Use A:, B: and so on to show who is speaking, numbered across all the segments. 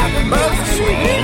A: From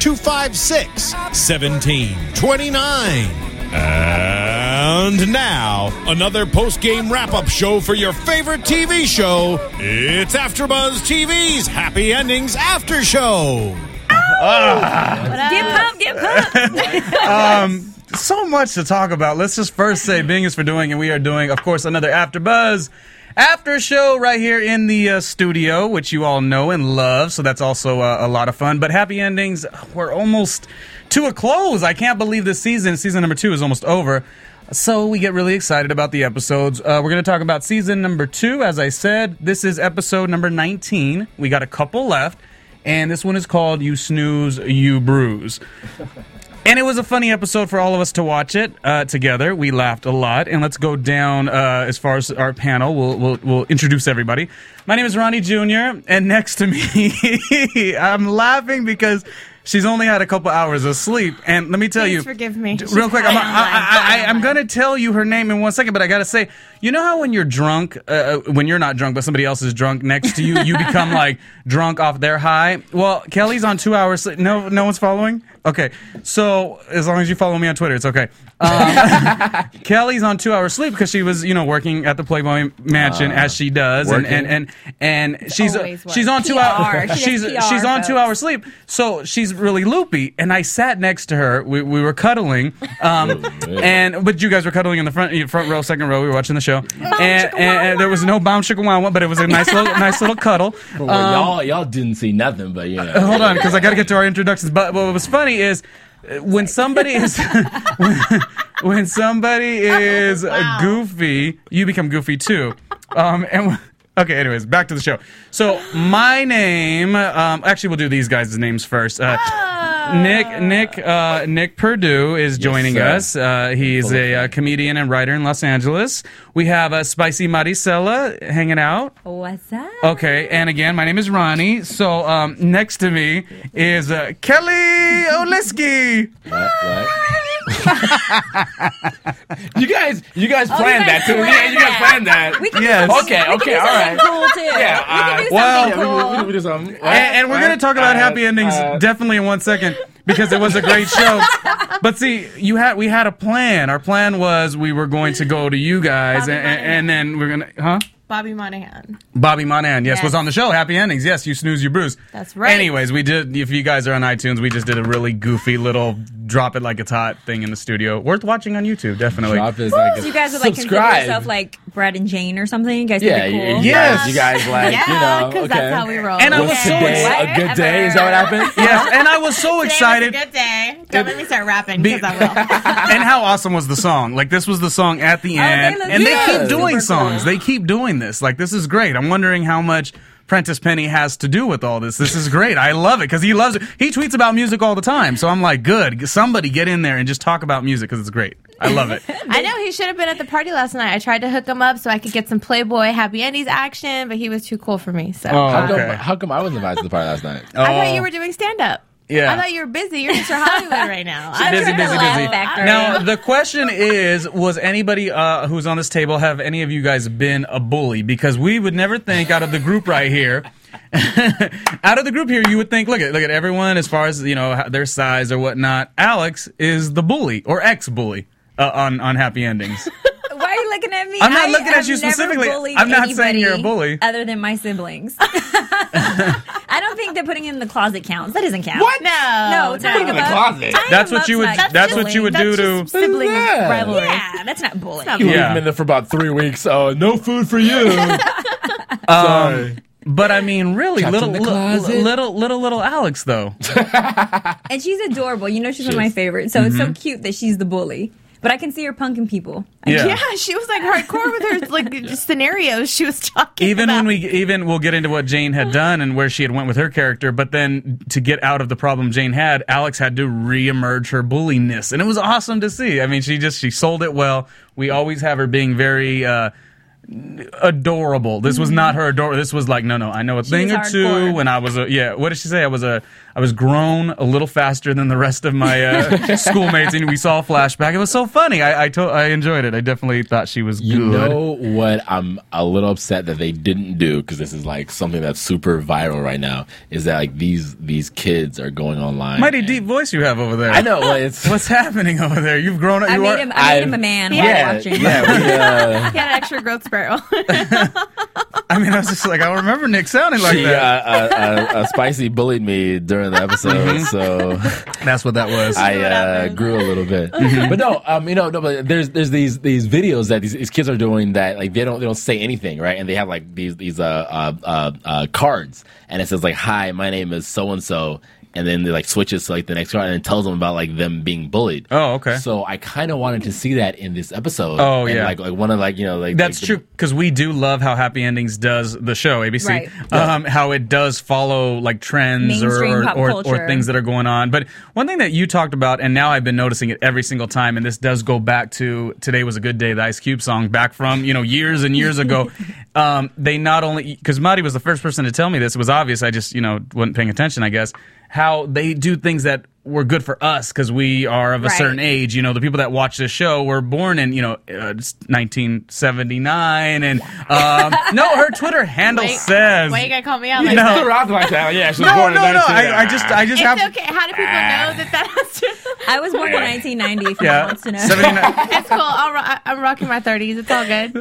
A: 256 1729. And now, another post game wrap up show for your favorite TV show. It's AfterBuzz TV's Happy Endings After Show.
B: Get pumped, get pumped.
C: so much to talk about. Let's just first say Bing is for doing, and we are doing, of course, another After Buzz after show right here in the uh, studio, which you all know and love. So that's also uh, a lot of fun. But happy endings. We're almost to a close. I can't believe this season. Season number two is almost over. So we get really excited about the episodes. Uh, we're going to talk about season number two. As I said, this is episode number 19. We got a couple left. And this one is called You Snooze, You Bruise. And it was a funny episode for all of us to watch it uh, together. We laughed a lot. And let's go down uh, as far as our panel. We'll, we'll, we'll introduce everybody. My name is Ronnie Jr., and next to me, I'm laughing because she's only had a couple hours of sleep. And let me tell
B: Please
C: you.
B: forgive me.
C: D- Real quick, I'm, I, I, I, I, am going to tell you her name in one second, but I got to say, you know how when you're drunk, uh, when you're not drunk, but somebody else is drunk next to you, you become like drunk off their high? Well, Kelly's on two hours sleep. No, no one's following? Okay. So as long as you follow me on Twitter, it's okay. Um, Kelly's on two hours sleep because she was, you know, working at the Playboy Mansion as she does, and and and, and she's uh,
B: Always work.
C: she's on two
B: PR.
C: hours.
B: She
C: She's
B: does PR,
C: she's on two
B: folks.
C: hours sleep, so she's really loopy. And I sat next to her. We, we were cuddling, um, and but you guys were cuddling in the front front row, second row. We were watching the show, and, and, and there was no bound chicken wow, but it was a nice little nice little cuddle.
B: Um,
D: Well, y'all, y'all didn't see nothing, but you know.
C: Hold on, because I got to get to our introductions. But what was funny is uh, when somebody is when, when somebody is uh, goofy, you become goofy too. Um, and w- okay, anyways, back to the show. So my name, um, actually, we'll do these guys' names first. Uh, Nick Nick uh, Nick Purdue is joining
D: sir.
C: us. Uh, he's a uh, comedian and writer in Los Angeles. We have uh, Spicy Maricela hanging out.
B: What's up?
C: Okay, and again, my name is Ronnie. So um, next to me is uh, Kelly Oliski.
D: What, what? you guys, you guys planned
B: Oh, guys
D: that too.
B: planned
D: Yeah, you guys
B: that.
D: planned that.
B: We can
C: Yes.
B: do something,
D: Okay,
B: we
D: okay,
B: can do
D: all
B: something
D: right.
B: Cool too.
D: Yeah, uh,
C: uh,
B: we can do
C: well-
B: something cool.
D: we, we, we do something.
C: And, and we're going to talk about
E: Uh,
C: happy endings definitely in one second because it was a great show. but see, you had we had a plan. Our plan was we were going to go to you guys,
E: Bobby
C: and, and, and then we're gonna, huh?
E: Bobby Monahan.
C: Bobby Monahan, yes,
E: Yes.
C: was on the show. Happy endings, yes. You snooze, you bruise.
E: That's right.
C: Anyways, we did. If you guys are on iTunes, we just did a really goofy little drop it like it's hot thing in the studio. Worth watching on YouTube, definitely.
D: Drop is like a-
B: So you guys would like
D: subscribe.
B: consider yourself like Brad and Jane or something. You guys
D: yeah,
B: think
D: you,
B: they're
D: you
B: cool.
D: guys, you guys like,
E: Yeah,
D: you know,
E: because
D: okay.
E: that's how we roll.
C: And I
D: Was
C: was so
D: today
C: excited.
D: a good day? Is that what happened?
C: Yes, and I was so excited.
E: Today was a good day. Don't let me start rapping because I
C: and how awesome was the song? Like this was the song at the
E: Oh,
B: they
C: end,
B: look
C: and
B: good.
C: they keep doing
B: Super
C: songs.
B: cool.
C: They keep doing this. Like this is great. I'm wondering how much Prentice Penny has to do with all this. This is great. I love it because he loves it. He tweets about music all the time. So I'm like, good. Somebody get in there and just talk about music because it's great. I love it.
E: will. I know he should have been at the party last night. I tried to hook him up so I could get some Playboy Happy Endings action, but he was too cool for me. So
C: Oh.
D: How,
E: uh,
C: Okay.
D: come, how come I wasn't invited to the party last night?
E: I thought you were doing stand up.
C: Yeah.
E: I thought you were busy. You're Mr. Hollywood right now. I'm
C: busy,
E: trying to
C: busy,
E: laugh
C: busy.
E: back
C: Now the question is: Was anybody uh, who's on this table have any of you guys been a bully? Because we would never think out of the group right here, out of the group here, you would think, look at look at everyone as far as you know how- their size or whatnot. Alex is the bully or ex-bully uh, on on Happy Endings.
B: Why are you looking at me?
C: I'm not
B: I
C: looking at
B: have
C: you
B: never
C: specifically.
B: bullied
C: I'm not saying
B: anybody
C: you're a bully.
B: Other than my siblings. I don't think that putting him in the closet counts. That doesn't count.
E: No.
B: No, tying
D: In
B: him
D: the
B: up-
D: closet.
B: tying
C: That's
B: him
C: what
B: up's
C: you would-
B: not
C: that's what
B: bullying.
C: you would
B: That's
C: do
B: just
C: to-
B: sibling
D: Yeah.
B: rivalry. Yeah, that's not bullying.
D: You
C: Yeah.
D: uh, yeah. been there for about three weeks. Oh, no food for you. Sorry.
C: But I mean, really,
D: Trapped
C: little,
D: in the
C: little,
D: closet.
C: little, little, little Alex though.
B: And she's adorable. You know, she's one of my favorites. So
C: Mm-hmm.
B: it's so cute that she's the bully. But I can see her punking people. I
C: Yeah.
E: Yeah. she was like hardcore with her like scenarios she was talking
C: even
E: about.
C: when we even we'll get into what Jane had done and where she had went with her character, but then to get out of the problem Jane had, Alex had to reemerge her bulliness, and it was awesome to see. I mean, she just she sold it well. We always have her being very. Uh, adorable this was not her adorable this was like no no i know a thing
B: Mm-hmm. was
C: or two
B: hardcore.
C: when i was a yeah what did she say i was a i was grown a little faster than the rest of my uh, schoolmates and we saw a flashback it was so funny i i, to- I enjoyed it i definitely thought she was
D: You
C: good
D: know what? I'm a little upset that they didn't do because this is like something that's super viral right now. Is that like these these kids are going online?
C: mighty
D: and-
C: deep voice you have over there
D: I know. well, It's
C: What's happening over there? You've grown up.
B: I
C: you
B: made
C: are,
B: him. I made him
D: I've-
B: a man.
D: yeah,
B: while watching.
D: yeah. We, uh,
E: He had an extra growth spiral.
C: I mean, I was just like, I don't remember Nick sounding like
D: she, uh,
C: that.
D: uh, uh, uh, spicy bullied me during the episode,
C: Mm-hmm.
D: so
C: That's what that was.
D: I
E: what
D: uh,
E: happened.
D: grew a little bit. But no, um, you know, no, but there's there's these these videos that these, these kids are doing that like they don't they don't say anything, right? And they have like these these uh, uh, uh, uh cards, and it says like, "Hi, my name is so and so." And then they like switches to like the next card and it tells them about like them being bullied.
C: Oh, okay.
D: So I kind of wanted to see that in this episode.
C: Oh,
D: And,
C: yeah.
D: Like like one of like you know like
C: That's
D: like,
C: true because we do love how Happy Endings does the show ABC.
B: Right.
C: Um, how it does follow like trends or
B: Mainstream
C: or,
B: pop
C: or,
B: culture.
C: or things that are going on. But one thing that you talked about, and now I've been noticing it every single time, and this does go back to "Today Was a Good Day," the Ice Cube song, back from you know years and years ago. um, they not only because Marty was the first person to tell me this. It was obvious. I just you know wasn't paying attention. I guess how they do things that were good for us because we are of a
B: Right.
C: certain age. You know, the people that watch this show were born in you know uh, 1979, and um, no, her Twitter handle
E: Wait,
C: says.
E: Why you gotta call me out
C: You
E: like
C: know,
E: that?
D: Rob like that. Yeah, she was
C: no,
D: born in
C: no, no!
D: 19.
C: I, I just, I just have.
E: It's okay. How do people know that that has to?
B: I was born in 1990. If yeah.
C: Yeah,
B: wants to know.
C: 79
E: It's cool. I'll ro- I- I'm rocking my 30s. It's all good.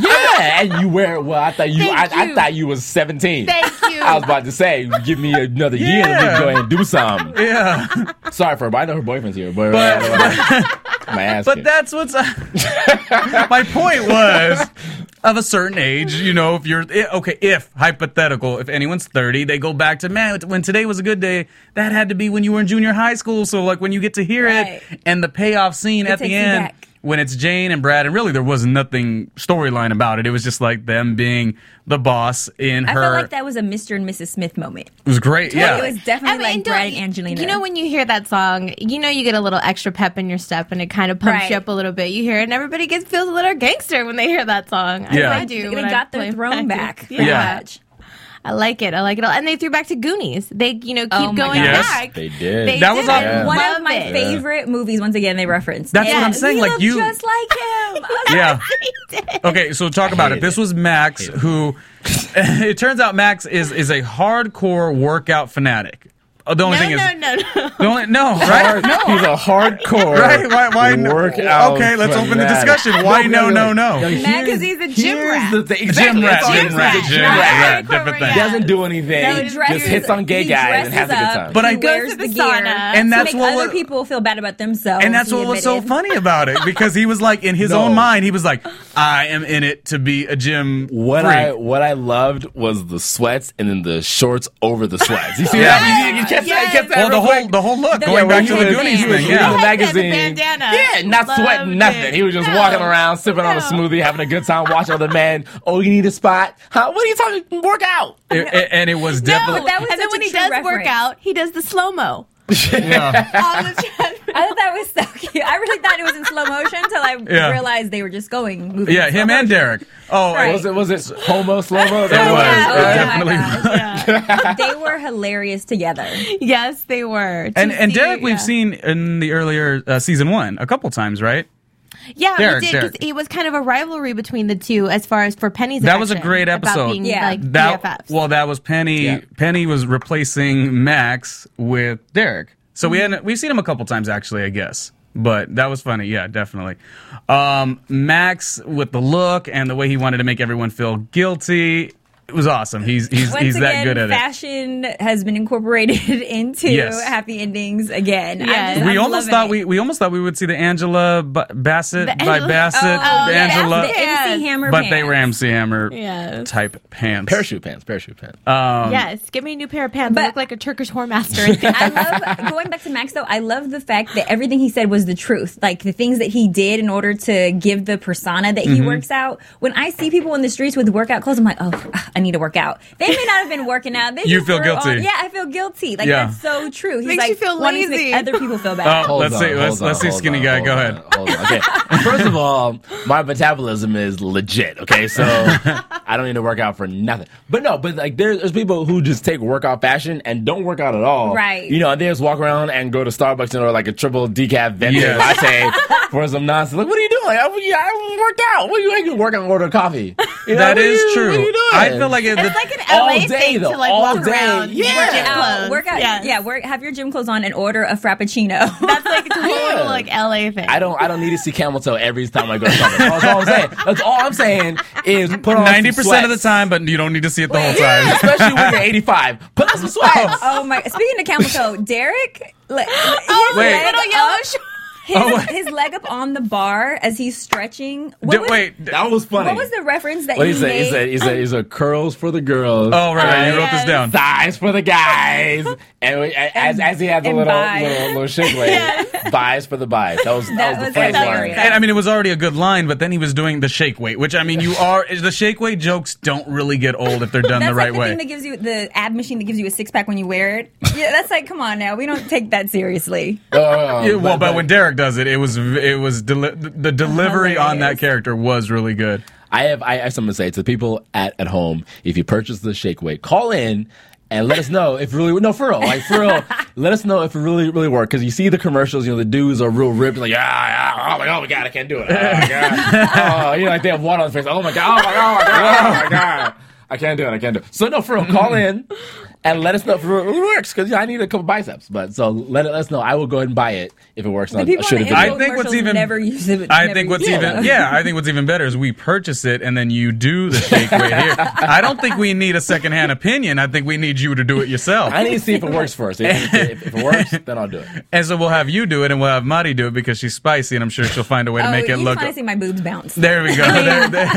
D: Yeah, and you wear it well. I thought you. I,
E: Thank
D: I
E: you.
D: thought you was seventeen.
E: Thank you.
D: I was about to say, give me another year
C: Yeah.
D: to go ahead and do something.
C: yeah,
D: Sorry for her, but I know her boyfriend's here. But,
C: But-
D: my ass.
C: but that's what's. my point was of a certain age. You know, if you're i- okay, if hypothetical, if anyone's thirty, they go back to man. When today was a good day, that had to be when you were in junior high school. So like when you get to hear
B: Right.
C: it and the payoff scene at
B: takes
C: the
B: you
C: end.
B: back.
C: when it's Jane and Brad, and really there was nothing storyline about it. It was just like them being the boss in
B: I
C: her.
B: felt like that was a Mr. and Mrs. Smith moment.
C: it was great. Yeah,
B: It was definitely
E: I mean,
B: like Brad
E: don't-
B: and Angelina.
E: You know, when you hear that song, you know you get a little extra pep in your step, and it kind of pumps
B: Right.
E: you up a little bit. You hear it, and everybody gets feels a little gangster when they hear that song. I,
C: Yeah.
E: know I do.
B: they
E: when I
B: got
E: play
B: their throne back.
E: Yeah.
B: pretty
C: Yeah.
B: much.
E: I like it. I like it. all. And they threw back to Goonies. They, you know, keep
B: Oh my
E: going
C: God. Yes.
E: back.
D: they did.
E: They
C: That was
E: did.
C: on-
E: I
D: Yeah.
B: One
E: love
B: of my
E: it.
B: favorite movies. Once again, they referenced.
C: That's
B: it.
C: what I'm saying,
B: He
C: like,
B: looked
C: you-
B: just like him. I was
C: yeah.
E: They did.
C: Okay, so talk about it.
D: hated
C: This
D: it.
C: was Max, who it turns out Max is is a hardcore workout fanatic. Uh, The only
E: No,
C: thing is,
E: no, no, no.
C: the only no, right? No,
D: He's a hardcore.
C: Right, why- why no-
D: workout
C: okay, let's open the
D: fanatic.
C: discussion. Why no, no, no?
D: here's-
E: Matt, 'cause he's a gym
D: here's
E: rat.
D: the thing.
C: gym
D: Exactly,
C: rat,
D: that's all
C: gym
D: it
C: rat,
D: is.
C: gym
E: rat.
C: rat,
E: Hardcore
C: different thing.
E: workout.
D: Doesn't do anything.
B: No, he
D: just
B: dresses-
D: hits on gay
B: he
D: guys and has
B: dresses
D: a good
B: up,
D: time.
C: But
B: he
C: I-
B: wears the,
E: Goes to the
B: gear,
E: sauna.
C: And that's
B: to make
C: what
B: other
C: wa-
B: people feel bad about themselves.
C: And that's
B: he
C: what was so
B: admitted.
C: funny about it because he was like in his
D: No.
C: own mind, he was like, "I am in it to be a gym
D: What
C: freak."
D: I what I loved was the sweats and then the shorts over the sweats. You see
C: Yeah.
D: that? You, you catch that? You catch that?
C: well, the
D: real
C: whole
D: quick?
C: the whole look
B: The
C: going
B: whole
C: back to the
B: thing.
C: Goonies
B: He was
C: thing.
B: reading
C: Yeah,
D: the
E: Like that, the
D: magazine.
E: bandana.
D: Yeah, not
E: Loved
D: sweating
E: it.
D: nothing. He was just
E: No.
D: walking around, sipping on a
E: No.
D: smoothie, having a good time, watching other men. Oh, you need a spot? Huh? What are you talking? Work out.
C: It- it- and it was
E: No,
C: definitely.
B: that was
E: and then
B: such
E: when
B: a
E: he
B: true
E: does work
B: reference.
E: out, he does the slow mo
C: yeah.
E: on the treadmill.
B: I thought that was so cute. I really thought it was in slow motion until I
C: Yeah.
B: realized they were just going. Moving
C: yeah,
B: in slow
C: him and
B: motion.
C: Derek. Oh,
B: Right.
C: it was
D: Was it was it homo slow mo?
C: It was.
B: yeah.
C: It
B: Oh,
C: definitely
B: my
C: was.
B: They were hilarious together.
E: Yes, they were. To
C: And and
E: see-
C: Derek, we've
E: yeah.
C: seen in the earlier uh, season one a couple times, right?
E: Yeah,
C: Derek,
E: we did. 'cause
C: Derek.
E: It was kind of a rivalry between the two as far as for Penny's.
C: That was a
E: affection,
C: great episode.
E: About being,
B: Yeah.
E: like
C: That
E: BFFs.
C: well, that was Penny.
D: Yeah.
C: Penny was replacing Max with Derek. So
B: Mm-hmm.
C: we hadn't we've seen him a couple times actually, I guess. But that was funny, yeah, definitely. Um, Max with the look and the way he wanted to make everyone feel guilty. it was awesome. He's he's
B: Once
C: he's that
B: again,
C: good at it.
B: fashion has been incorporated into
C: Yes.
B: happy endings again. I'm
E: Yes.
B: just-
C: We
B: I'm
C: almost
B: loving
C: thought
B: it.
C: we, we almost thought we would see the Angela B- Bassett
E: The
C: by
E: Angela-
C: Bassett
E: Oh,
C: the
E: yeah,
C: Angela,
B: the MC Hammer,
C: but they were
B: pants.
C: MC Hammer
E: Yes.
C: type pants.
D: Parachute pants, parachute pants.
E: yes. Give me a new pair of pants.
B: but-
E: I look like a Turkish whore master.
B: I love going back to Max though. I love the fact that everything he said was the truth. Like the things that he did in order to give the persona that
C: Mm-hmm.
B: he works out. When I see people in the streets with workout clothes, I'm like, oh, I need to work out. They may not have been working out. They
C: You
B: just
C: feel
B: were
C: guilty.
B: on- yeah, I feel guilty. Like
C: Yeah.
B: that's so true. He's
E: Makes
B: like
E: you feel
B: wanting to
E: lazy.
B: make other people feel bad.
C: Oh, let's see.
D: hold
C: Let's, let's see,
D: hold
C: skinny
D: on,
C: guy.
D: hold
C: Go
D: on,
C: ahead.
D: hold on. Okay. First of all, my metabolism is legit. Okay, so I don't need to work out for nothing. But no, but like there, there's people who just take workout fashion and don't work out at all.
B: Right.
D: You know, and they just walk around and go to Starbucks and order like a triple decaf venti
C: Yeah.
D: latte for some nonsense. Like, what are you doing? Like, I, I worked out. What are you ain't gonna work out and order coffee? You know,
C: That
D: what are
C: is
D: you-
C: true.
D: What are you doing?
C: I feel like it,
E: it's
C: the-
E: like an
D: All
E: LA
D: day,
E: thing
D: though.
E: to like
D: All
E: walk
D: day.
E: around.
D: Yeah.
E: Work
D: Work
B: Out,
E: out.
B: work out.
E: Yes.
B: Yeah, work, have your gym clothes on and order a frappuccino.
E: That's like a total
D: Yeah.
E: like LA thing.
D: I don't. I don't need to see camel toe every time I go to Starbucks. That's all I'm saying. That's all I'm saying is put on
C: ninety percent of the time,
D: time.
C: but you don't need to see it the whole time.
D: Yeah, especially when you're 85. Put on some sweats.
B: oh my! Speaking of camel toe, Derek, like,
C: wait.
B: his leg
E: Oh, Little yellow
B: up,
E: shorts.
B: his,
C: Oh, wait.
B: his leg up on the bar as he's stretching. What
C: D-
B: was-
C: wait.
D: That was funny.
B: What was the reference that
D: What
B: you
D: he said? He
B: made?
D: said, he said, he said, curls for the girls.
C: Oh right, right, you wrote this
E: yes.
C: down.
D: Thighs for the guys, and we, a- as, as he had the
B: And
D: little,
B: buys.
D: little little shake leg, buys for the buys. That was that,
B: That
D: was the
B: was
D: funniest
B: hilarious.
D: line.
C: And I mean, it was already a good line, but then he was doing the shake weight, which I mean, you are the shake weight jokes don't really get old if they're done
B: that's
C: the right
B: like the
C: way.
B: thing that gives you the ab machine that gives you a six pack when you wear it. Yeah, that's like, come on now, we don't take that seriously.
D: Oh,
C: Yeah, well, but when Derek does it, it was it was deli- the delivery on that
B: Hilarious.
C: character was really good.
D: I have I have something to say to the people at, at home. If you purchase the shake weight, call in and let us know if really no for real like for real. let us know if it really really worked because you see the commercials. You know the dudes are real ripped like ah, ah oh my god oh my god I can't do it oh my god oh you know like they have water on their face oh my god oh my god oh my god, oh my god. I can't do it. I can't do it. So no, for real, call in and let us know if it really works because I need a couple biceps. But so let, let us know. I will go ahead and buy it if it works.
B: The people
D: should
B: on the
D: have
C: I
D: been.
B: I
C: think what's even-
B: never use it.
C: I
B: never
C: think
B: use
C: what's
B: it.
C: even yeah, I think what's even better is we purchase it and then you do the shake weight here. I don't think we need a secondhand opinion. I think we need you to do it yourself.
D: I need to see if it works first. If, if, if it works, then I'll do it.
C: And so we'll have you do it, and we'll have Mari do it because she's spicy, and I'm sure she'll find a way to
B: Oh,
C: make it
B: you
C: look.
B: want to see my boobs bounce?
C: There we go. There- there-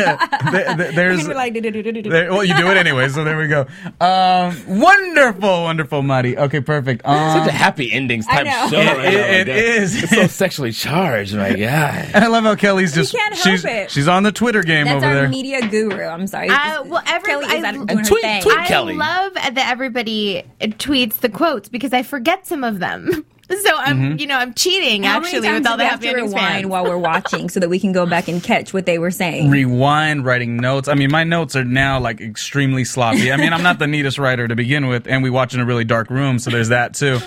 C: there- there- there's.
B: You're like, "Du-du-du-du-du-du."
C: there- well, you do it anyway, so there we go. Um, wonderful, wonderful, Mari. Okay, perfect. Um,
D: Such a happy endings
B: I
D: type
B: know.
D: show. right now,
C: it- it
D: like,
C: is.
D: It's so sexually charged. My God.
C: I love how Kelly's just.
B: can't help
C: she's,
B: it.
C: she's on the Twitter game
B: That's
C: over
B: our
C: there.
B: media guru. I'm sorry.
E: I-
B: Just-
E: Uh, well, every-
B: Kelly is
E: I-
B: out doing
E: And
B: her
D: tweet-
B: thing.
D: tweet-
E: I
D: Kelly.
E: love that everybody uh, tweets the quotes because I forget some of them. So I'm,
D: Mm-hmm.
E: you know, I'm cheating
B: How many
E: actually
B: times
E: with all
B: do
E: the
B: we have
E: happy
B: to
E: endings
B: rewind
E: fans.
B: while we're watching so that we can go back and catch what they were saying.
C: rewind writing notes. I mean, my notes are now like extremely sloppy. I mean, I'm not the neatest writer to begin with, and we watch in a really dark room, so there's that too.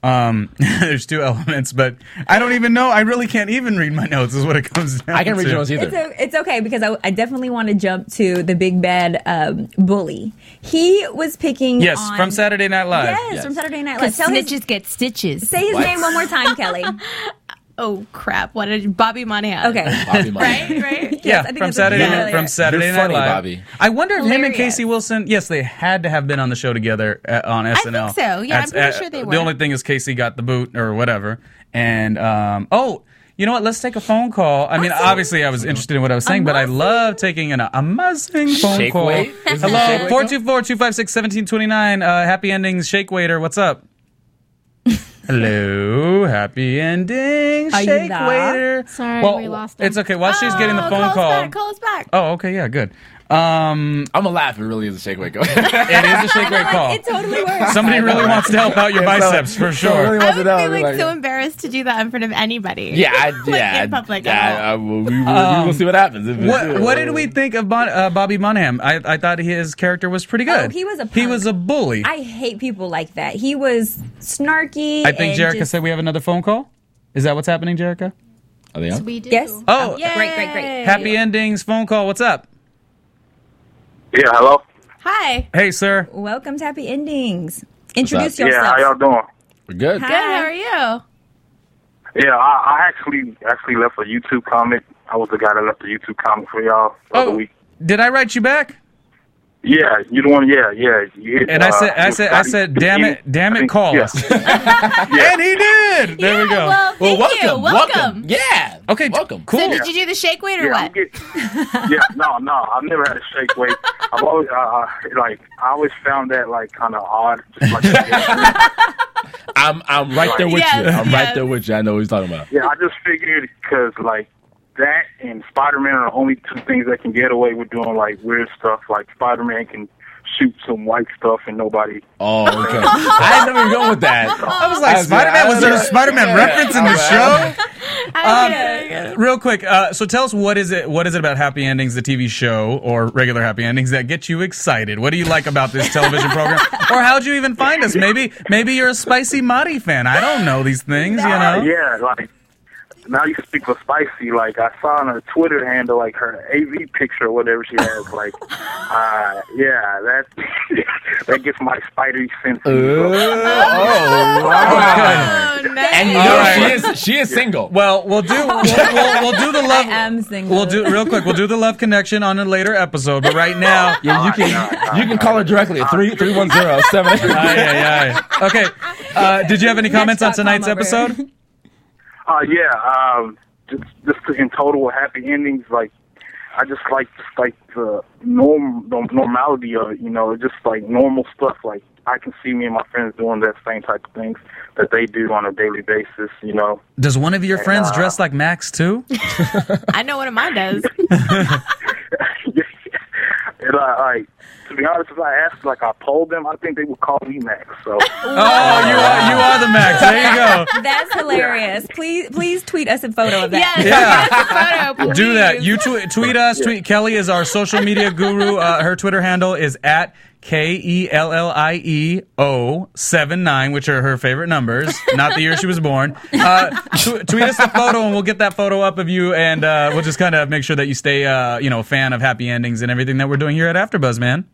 C: Um, there's two elements, but I don't even know. I really can't even read my notes. Is what it comes down.
D: I can read
C: to.
D: your ones
B: It's,
D: either.
B: o it's okay because I, I definitely want to jump to the big bad um, bully. He was picking
C: Yes,
B: on-
C: from Saturday Night Live.
B: Yes,
D: Yes.
B: from Saturday Night Live. Tell his,
E: get stitches.
B: say his
D: What?
B: name one more time, Kelly.
E: oh crap! What did Bobby Monahan?
B: Okay.
D: Bobby Monahan.
E: right, right.
B: Yes,
C: yeah,
B: I think
C: from
B: that's
C: Saturday
B: exactly
C: Night,
B: it.
C: from Saturday
D: You're
C: Night
D: funny,
C: Live.
D: Bobby.
C: I wonder if him and
B: Hilarious.
C: Casey Wilson. Yes, they had to have been on the show together uh, on SNL.
E: think so. Yeah, I'm pretty sure they were.
C: uh, The only thing is Casey got the boot or whatever. And um, oh, you know what? Let's take a phone call. I mean, obviously, I was interested in what I was saying, but I love taking an amazing phone
D: Shake
C: call.
D: weight? Is this a shake
C: Hello,
D: weight
C: four two four two five six seventeen twenty nine. Uh, happy endings, shake waiter. What's up? Hello, happy ending,
B: Are you
C: shake
B: there?
C: waiter.
F: Sorry, we lost him.
C: It's okay. While she's getting the
E: Oh,
C: phone
E: call us
C: call,
E: Back, call us back.
C: Oh, okay, yeah, good. Um,
D: I'm gonna laugh. It really is a shake weight. Go ahead.
C: it is a shake weight call.
B: It totally works.
C: Somebody really wants to help out your biceps for sure.
E: I would be like, so embarrassed to do that in front of anybody.
D: yeah, I,
E: Like,
D: yeah,
E: in public uh-huh.
D: I-
E: at all.
D: I- I- we, we, we will see what happens. If it's
C: Um, What
D: good.
C: What did we think of Bon, uh, Bobby Munham? I, I thought his character was pretty good.
B: Oh, he was a
C: he
B: punk.
C: was a bully. I,
B: I hate people like that. He was snarky.
C: think
B: and
C: Jerica
B: just-
C: said we have another phone call. Is that what's happening, Jerica?
D: Are they on?
F: We do.
B: Yes.
C: Oh,
B: Great, great, great.
C: happy endings phone call. What's up?
G: Yeah, hello.
E: Hi.
C: Hey, sir.
B: Welcome to Happy Endings. Introduce
D: up?
G: Yeah,
B: yourself.
G: how y'all doing?
D: We're good.
E: Good. How are you?
G: Yeah, I, I actually actually left a YouTube comment. I was the guy that left the YouTube comment for y'all the
C: Oh.
G: other week.
C: Did I write you back?
G: Yeah, you the one. Yeah, yeah. You hit,
C: And I
G: uh,
C: said, I said, I
G: Scotty
C: said, damn it,
G: Pippen.
C: damn
G: I
C: it,
G: think-
C: call
G: yeah.
C: us. And he did. There we
E: Yeah,
C: go.
D: Well,
E: Well, thank
D: welcome,
E: you. Welcome.
D: Yeah.
C: Okay,
D: welcome.
C: cool.
E: So did you do the shake weight or
G: Yeah, I'm
E: what?
G: get- yeah, no, no, I've never had a shake weight. I've always, uh, uh, like, I always found that like kind of odd. Just like, yeah,
D: I'm I'm right there with
E: Yes,
D: you. I'm right
E: yes.
D: there with you. I know what he's talking about.
G: I just figured because like that and Spider Man are the only two things that can get away with doing like weird stuff. Like Spider Man can shoot some white stuff and nobody.
D: Oh, okay. I didn't know you were going with that.
C: I was like, Spider Man. Was there a Spider Man reference in the show? Um,
E: I get it.
C: Real quick, uh, so tell us what is it? What is it about Happy Endings, the TV show, or regular Happy Endings that get you excited? What do you like about this television program, or how'd you even find us? Maybe, maybe you're a spicy Marty fan. I don't know these things, you know.
G: Yeah, like now you speak of spicy. Like I saw on her Twitter handle, like her AV picture or whatever she has. Like, uh, yeah, that that gets my spidery sense.
D: oh, wow.
E: Oh, nice.
D: And you know
C: All right.
D: she is she is single.
C: Well, we'll do we'll, we'll, we'll do the love.
B: I am single.
C: We'll do real quick. We'll do the love connection on a later episode, but right now.
D: yeah, you can you can call her directly at three three one zero seven.
C: Aye, aye, aye. Okay. Uh, did you have any comments on
B: Next dot com
C: tonight's
B: over.
C: episode?
G: Uh, yeah, um, just, just in total with happy endings. Like, I just like just like the norm the normality of it. You know, just like normal stuff. Like I can see me and my friends doing that same type of things that they do on a daily basis. You know.
C: Does one of your friends dress like Max too?
D: Oh,
E: I know one of mine does.
G: And I, like, to be honest, if I asked, like, I polled them, I think they would call me Max. So,
C: Oh, you are you are the Max. There you go.
B: That's hilarious. Please, please tweet us a photo of that.
E: Yes, yeah. photo,
C: Do that.
E: please.
C: You tweet, tweet us. Tweet Kelly is our social media guru. Uh, her Twitter handle is at K E L L I E O 7 9, which are her favorite numbers, not the year she was born. Uh, tw- tweet us the photo and we'll get that photo up of you and uh, we'll just kind of make sure that you stay uh, you know, a fan of happy endings and everything that we're doing here at AfterBuzz, man.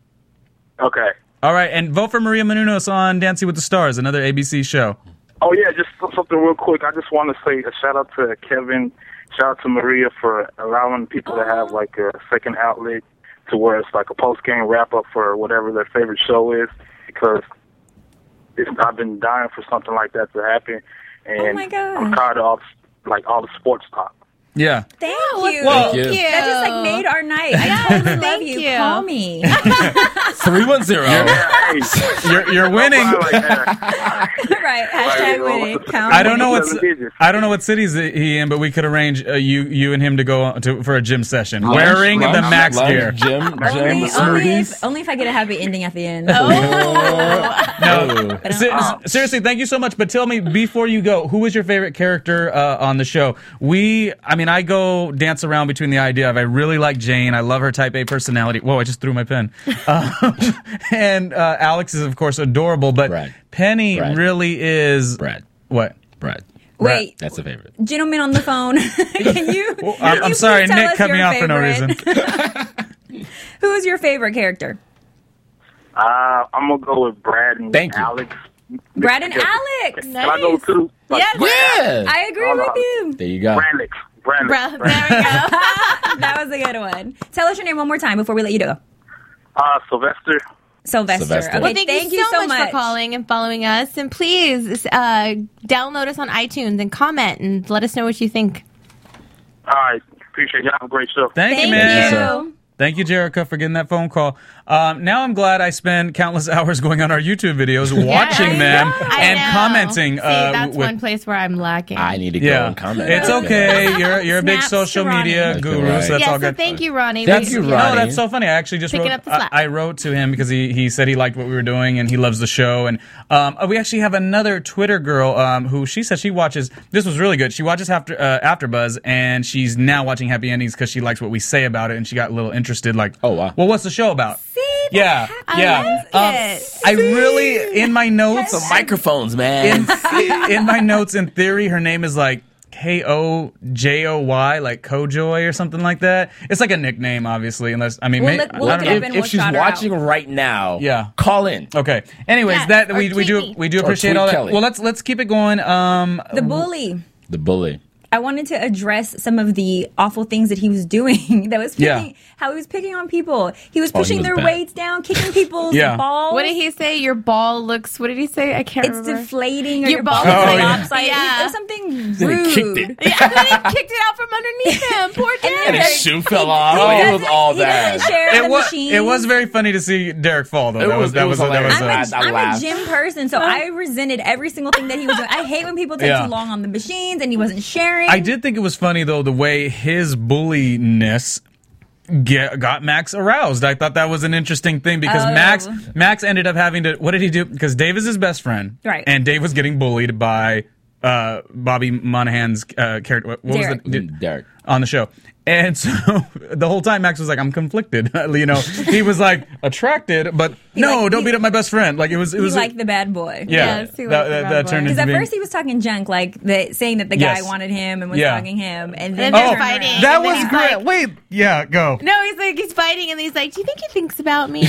G: okay.
C: All right, and vote for Maria Menounos on Dancing with the Stars, another ABC show.
G: Oh, yeah, just something real quick. I just want to say a shout out to Kevin, shout out to Maria for allowing people to have, like, a second outlet to where it's like a post game wrap up for whatever their favorite show is because it's, I've been dying for something like that to happen. And
B: Oh, my God.
G: I'm tired of, like, all the sports talk.
C: Yeah.
B: Thank you.
C: Well-
D: Thank you.
B: that just like made our night. I totally love
E: thank
B: you.
E: you.
B: Call me.
D: Three one zero.
G: Hey,
C: You're, you're winning.
G: like that.
B: right. Hashtag
G: Right.
B: winning. Count
C: I don't know
B: me.
C: what's
G: Seven digits.
C: I don't know what cities he in, but we could arrange uh, you you and him to go on to, for a gym session wearing the Max gear.
D: Jim, Jim,
B: Only, only, if, only if I get a happy ending at the end.
E: Oh.
C: No,
B: But,
C: Se-
D: Oh.
B: uh,
C: seriously, thank you so much. But tell me before you go, who was your favorite character uh, on the show? We, I mean, I go dance around between the idea of I really like Jane, I love her Type A personality. Whoa, I just threw my pen. Um, and uh, Alex is of course adorable, but
D: Brad.
C: Penny
D: Brad.
C: really is
D: Brad.
C: What?
D: Brad.
B: Wait,
D: That's a favorite.
B: gentlemen on the phone, can you?
C: I'm,
B: can
C: I'm
B: you
C: sorry,
B: please tell
C: Nick
B: us
C: cut me
B: your
C: off for no
B: favorite?
C: reason.
B: Who is your favorite character?
G: Uh, I'm gonna go with Brad and
D: Thank you.
G: Alex.
B: Brad and
G: Because-
B: Alex.
G: Can I go
E: Nice.
G: too? Like,
E: Yes.
D: Yeah.
B: I agree with you.
D: There you go.
G: Brandix. Brandix.
E: Bruh, there we go.
B: That was a good one. Tell us your name one more time before we let you go.
G: Uh, Sylvester.
B: Sylvester.
D: Sylvester.
B: Okay,
D: Well,
E: Well, thank, you, so, much, for calling and following us. And please uh, download us on iTunes and comment and let us know what you think.
G: All right. Appreciate you. Have a great show.
C: Thank, you,
B: Thank
C: man.
B: you.
C: Thank you, Jerica, for getting that phone call. Um, now I'm glad I spend countless hours going on our YouTube videos, watching
E: I
C: them,
E: know. I
C: and
E: know.
C: commenting.
E: See,
C: uh,
E: that's
C: with,
E: one place where I'm lacking.
D: I need to go
C: yeah,
D: and comment.
C: it's
D: Yeah.
C: okay. You're you're a big
B: Snaps to
C: social
B: Ronnie.
C: media
B: That's
C: guru,
D: right.
C: so that's
E: yeah,
C: all
E: so
C: good.
E: thank you, Ronnie.
D: Thank you, Ronnie.
C: No, that's so funny. I actually just
E: Picking
C: wrote.
E: up the slack.
C: I, I wrote to him because he, he said he liked what we were doing and he loves the show. And um, we actually have another Twitter girl um, who she said she watches. This was really good. She watches after uh, After Buzz and she's now watching Happy Endings because she likes what we say about it and she got a little interested. Like,
D: Oh, wow.
C: Well, what's the show about?
B: See, that
C: yeah,
B: happens.
C: yeah. Um,
E: I like it.
C: I really in my notes
D: The microphones, man.
C: in, in my notes in theory her name is like K O J O Y like Kojoy or something like that. It's like a nickname, obviously. Unless I mean,
B: We'll
C: may-
B: look- we'll
C: I don't
B: look it
C: know.
B: up and
D: if
B: we'll
D: she's
B: shout her
D: watching
B: out.
D: right now,
C: Yeah.
D: call in.
C: Okay. Anyways,
E: Yes,
C: that
E: or
C: we, we
E: tweet
C: do
E: me.
C: we do
D: Or
C: appreciate
D: tweet
C: all that.
D: Kelly.
C: Well, let's let's keep it going. Um,
B: The bully.
D: The bully.
B: I wanted to address some of the awful things that he was doing. That was
C: Yeah.
B: picking, how he was picking on people. He was
D: Oh, he
B: pushing
D: was
B: their
D: bad.
B: weights down, kicking people's
C: Yeah.
B: balls.
E: What did he say? Your ball looks. What did he say? I can't
B: It's
E: remember.
B: deflating. Or
E: Your
B: your, balls
E: balls
B: are
C: are like-
B: lopsided.
E: Yeah.
B: It was something
D: Oh, Then
B: rude.
D: he kicked it.
E: yeah, and then he kicked it out from underneath him. Poor
D: And his
E: Derek.
D: shoe fell off. Oh, it was all
B: he doesn't
D: bad.
B: share the
C: It was,
B: machine.
C: it was very funny to see Derek fall though.
D: It
C: that
D: was-
C: was that
D: it
C: was,
D: was
C: a- that was
D: hilarious.
C: a-
B: I'm a,
D: I- I
B: I'm a
D: laughed.
B: gym person, so I resented every single thing that he was doing. I hate when people take
C: Yeah.
B: too long on the machines and he wasn't sharing.
C: I did think it was funny though the way his bulliness get, got Max aroused. I thought that was an interesting thing because
B: Oh.
C: Max Max ended up having to what did he do? Because Dave is his best friend,
B: Right.
C: And Dave was getting bullied by uh, Bobby Monahan's uh, character. What, what was
B: Derek.
C: the dude
D: Derek.
C: on the show? And so the whole time Max was like, "I'm conflicted," you know. He was like attracted, but no,
B: liked-
C: don't
B: he-
C: beat up my best friend. Like it was, it
B: He
C: was
B: liked the bad boy.
C: yeah.
E: Yes, he
C: that,
E: liked the
C: that,
E: bad
C: that turned
E: boy. Because
C: into
B: Because at
C: being-
B: first he was talking junk, like the, saying that the guy
C: Yes.
B: wanted him and was
C: Yeah.
B: dogging him, and
E: And
B: then
E: they're
B: turned around.
E: fighting.
C: oh, that
E: and then
C: was
E: he's
C: great.
E: like-
C: Wait, yeah, go.
E: No, he's like he's fighting, and he's like, "Do you think he thinks about me?"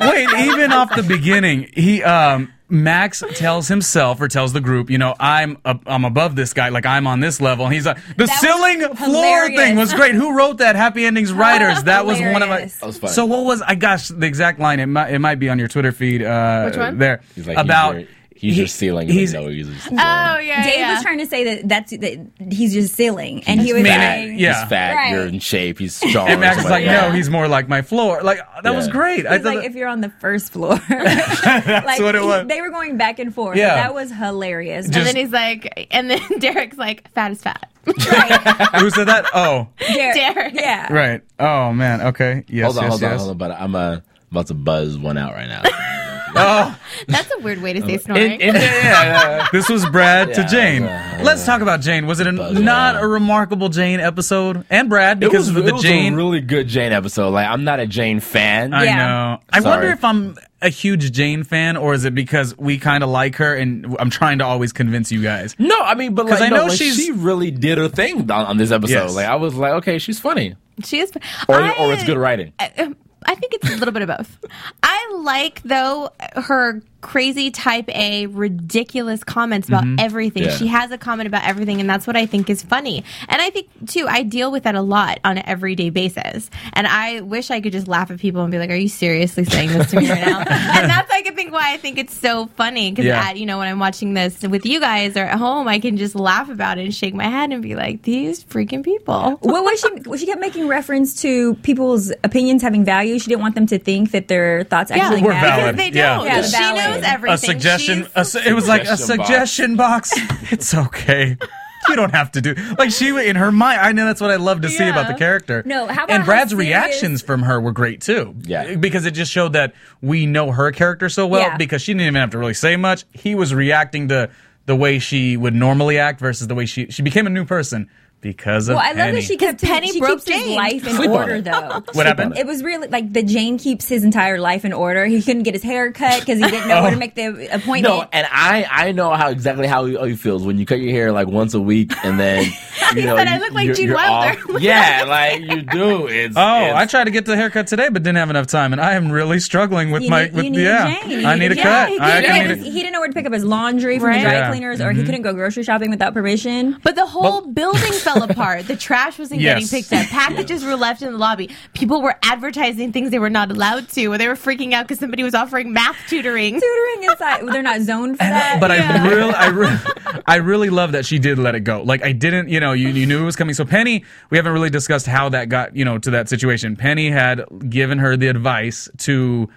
C: Wait, even off the beginning, he um Max tells himself or tells the group, you know, I'm uh, I'm above this guy, like I'm on this level. And he's like, the
B: That was
C: ceiling floor
B: hilarious.
C: thing was great. Who wrote that? Happy Endings writers. That was one of my.
B: Hilarious. That
D: was funny.
C: So what was? I gosh, the exact line. It might it might be on your Twitter feed. Uh,
E: Which one?
C: There
D: He's like,
C: about.
D: he's your, he's your
C: he-
D: ceiling.
C: He's
D: He's like, no, he's your ceiling.
E: Oh yeah,
B: Dave
E: yeah.
B: was trying to say that that's that he's just ceiling, and he was
C: Maybe,
D: fat.
B: saying,
C: yeah.
D: He's fat.
B: Right.
D: You're in shape. He's strong.
C: and Max is
D: somebody
C: like,
D: that.
C: no, he's more like my floor. Like that was
D: Yeah.
C: great.
B: He's like, if you're on the first floor, that's like,
C: what it was.
B: They were going back and forth.
C: Yeah.
B: that was hilarious.
E: and
C: Just-
E: then he's like, and then Derek's like, "Fat is fat."
C: who said that? Oh,
B: Derek,
E: Derek.
B: yeah,
C: right. Oh man. Okay. Yes.
D: Hold on,
C: yes,
D: hold on,
C: yes.
D: hold on. But I'm uh, about to buzz one out right now.
C: Oh.
E: That's a weird way
D: Uh,
E: to say snoring.
C: yeah, This was Brad to
D: Yeah,
C: Jane.
D: yeah,
C: Let's talk about Jane. Was it a,
D: Buzz,
C: not
D: yeah.
C: a remarkable Jane episode? And Brad,
D: It
C: because
D: was,
C: of
D: it
C: the
D: was
C: Jane.
D: a really good Jane episode. Like, I'm not a Jane fan.
C: I
B: Yeah.
C: know. I
D: Sorry.
C: wonder if I'm a huge Jane fan, or is it because we kind of like her, and I'm trying to always convince you guys.
D: no, I mean, but
C: 'Cause
D: like,
C: I
D: no,
C: know
D: like,
C: she's-
D: she really did her thing on, on this episode.
C: Yes.
D: Like, I was like, okay, she's funny,
E: she is,
D: or
E: I-
D: or it's good writing.
E: I, Uh, um, I think it's a little bit of both. I like though her crazy type A ridiculous comments about everything.
D: Yeah.
E: She has a comment about everything and that's what I think is funny. And I think too I deal with that a lot on an everyday basis. And I wish I could just laugh at people and be like, "Are you seriously saying this to me right now?" and that's I can think why I think it's so funny cuz
C: Yeah.
E: you know when I'm watching this with you guys or at home, I can just laugh about it and shake my head and be like, "These freaking people."
B: What was she? well, She kept making reference to people's opinions having value. She didn't want them to think that their thoughts actually
C: We're
B: matter.
C: valid.
E: Because they
C: Yeah.
E: don't.
B: Yeah,
E: she
B: valid.
E: knows everything.
C: A suggestion.
E: She's-
C: A, su- it was like a
D: Suggestion
C: suggestion box. it's okay. You don't have to do like she in her mind. I know that's what I love to see about
E: Yeah.
C: the character.
B: No, how about
C: and
B: how
C: Brad's
B: serious-
C: reactions from her were great too.
D: Yeah.
C: because it just showed that we know her character so well
B: Yeah.
C: because she didn't even have to really say much. He was reacting to the way she would normally act versus the way she she became a new person because of.
B: Well, I love
C: Penny.
B: that she kept
E: Penny
B: Penny she
E: broke
B: keeps his
E: Jane.
B: life in
D: Sleep on
B: order,
D: it.
B: though.
C: What happened?
B: It was really like the Jane keeps his entire life in order. He couldn't get his hair cut because he didn't know
C: Oh.
B: where to make the appointment.
D: No, and I I know how exactly how he, how he feels when you cut your hair like once a week and then you know
E: said I
D: you-
E: look like
D: you're-
E: Gene
D: you're
E: Wilder.
D: off. yeah, like you do. It's
C: Oh,
D: it's,
C: I tried to get the haircut today, but didn't have enough time, and I am really struggling with
B: You
C: my
B: need-
C: with
B: you need
C: yeah.
B: a Jane.
C: I need a
B: Yeah,
C: cut.
E: he
C: I
E: did.
C: can
B: he,
E: I
C: need
B: didn't,
C: a-
B: he didn't know where to pick up his laundry from the
E: Right.
B: dry
C: Yeah. Mm-hmm.
B: cleaners, or he couldn't go grocery shopping without permission.
E: But the whole building fell apart. The trash wasn't
C: Yes.
E: getting picked up. Packages were left in the lobby. People were advertising things they were not allowed to, or they were freaking out because somebody was offering math tutoring.
B: Tutoring inside, they're not zoned for that.
C: but I really, I really, I really love that she did let it go. Like I didn't, you know, you, you knew it was coming. So Penny, we haven't really discussed how that got, you know, to that situation. Penny had given her the advice to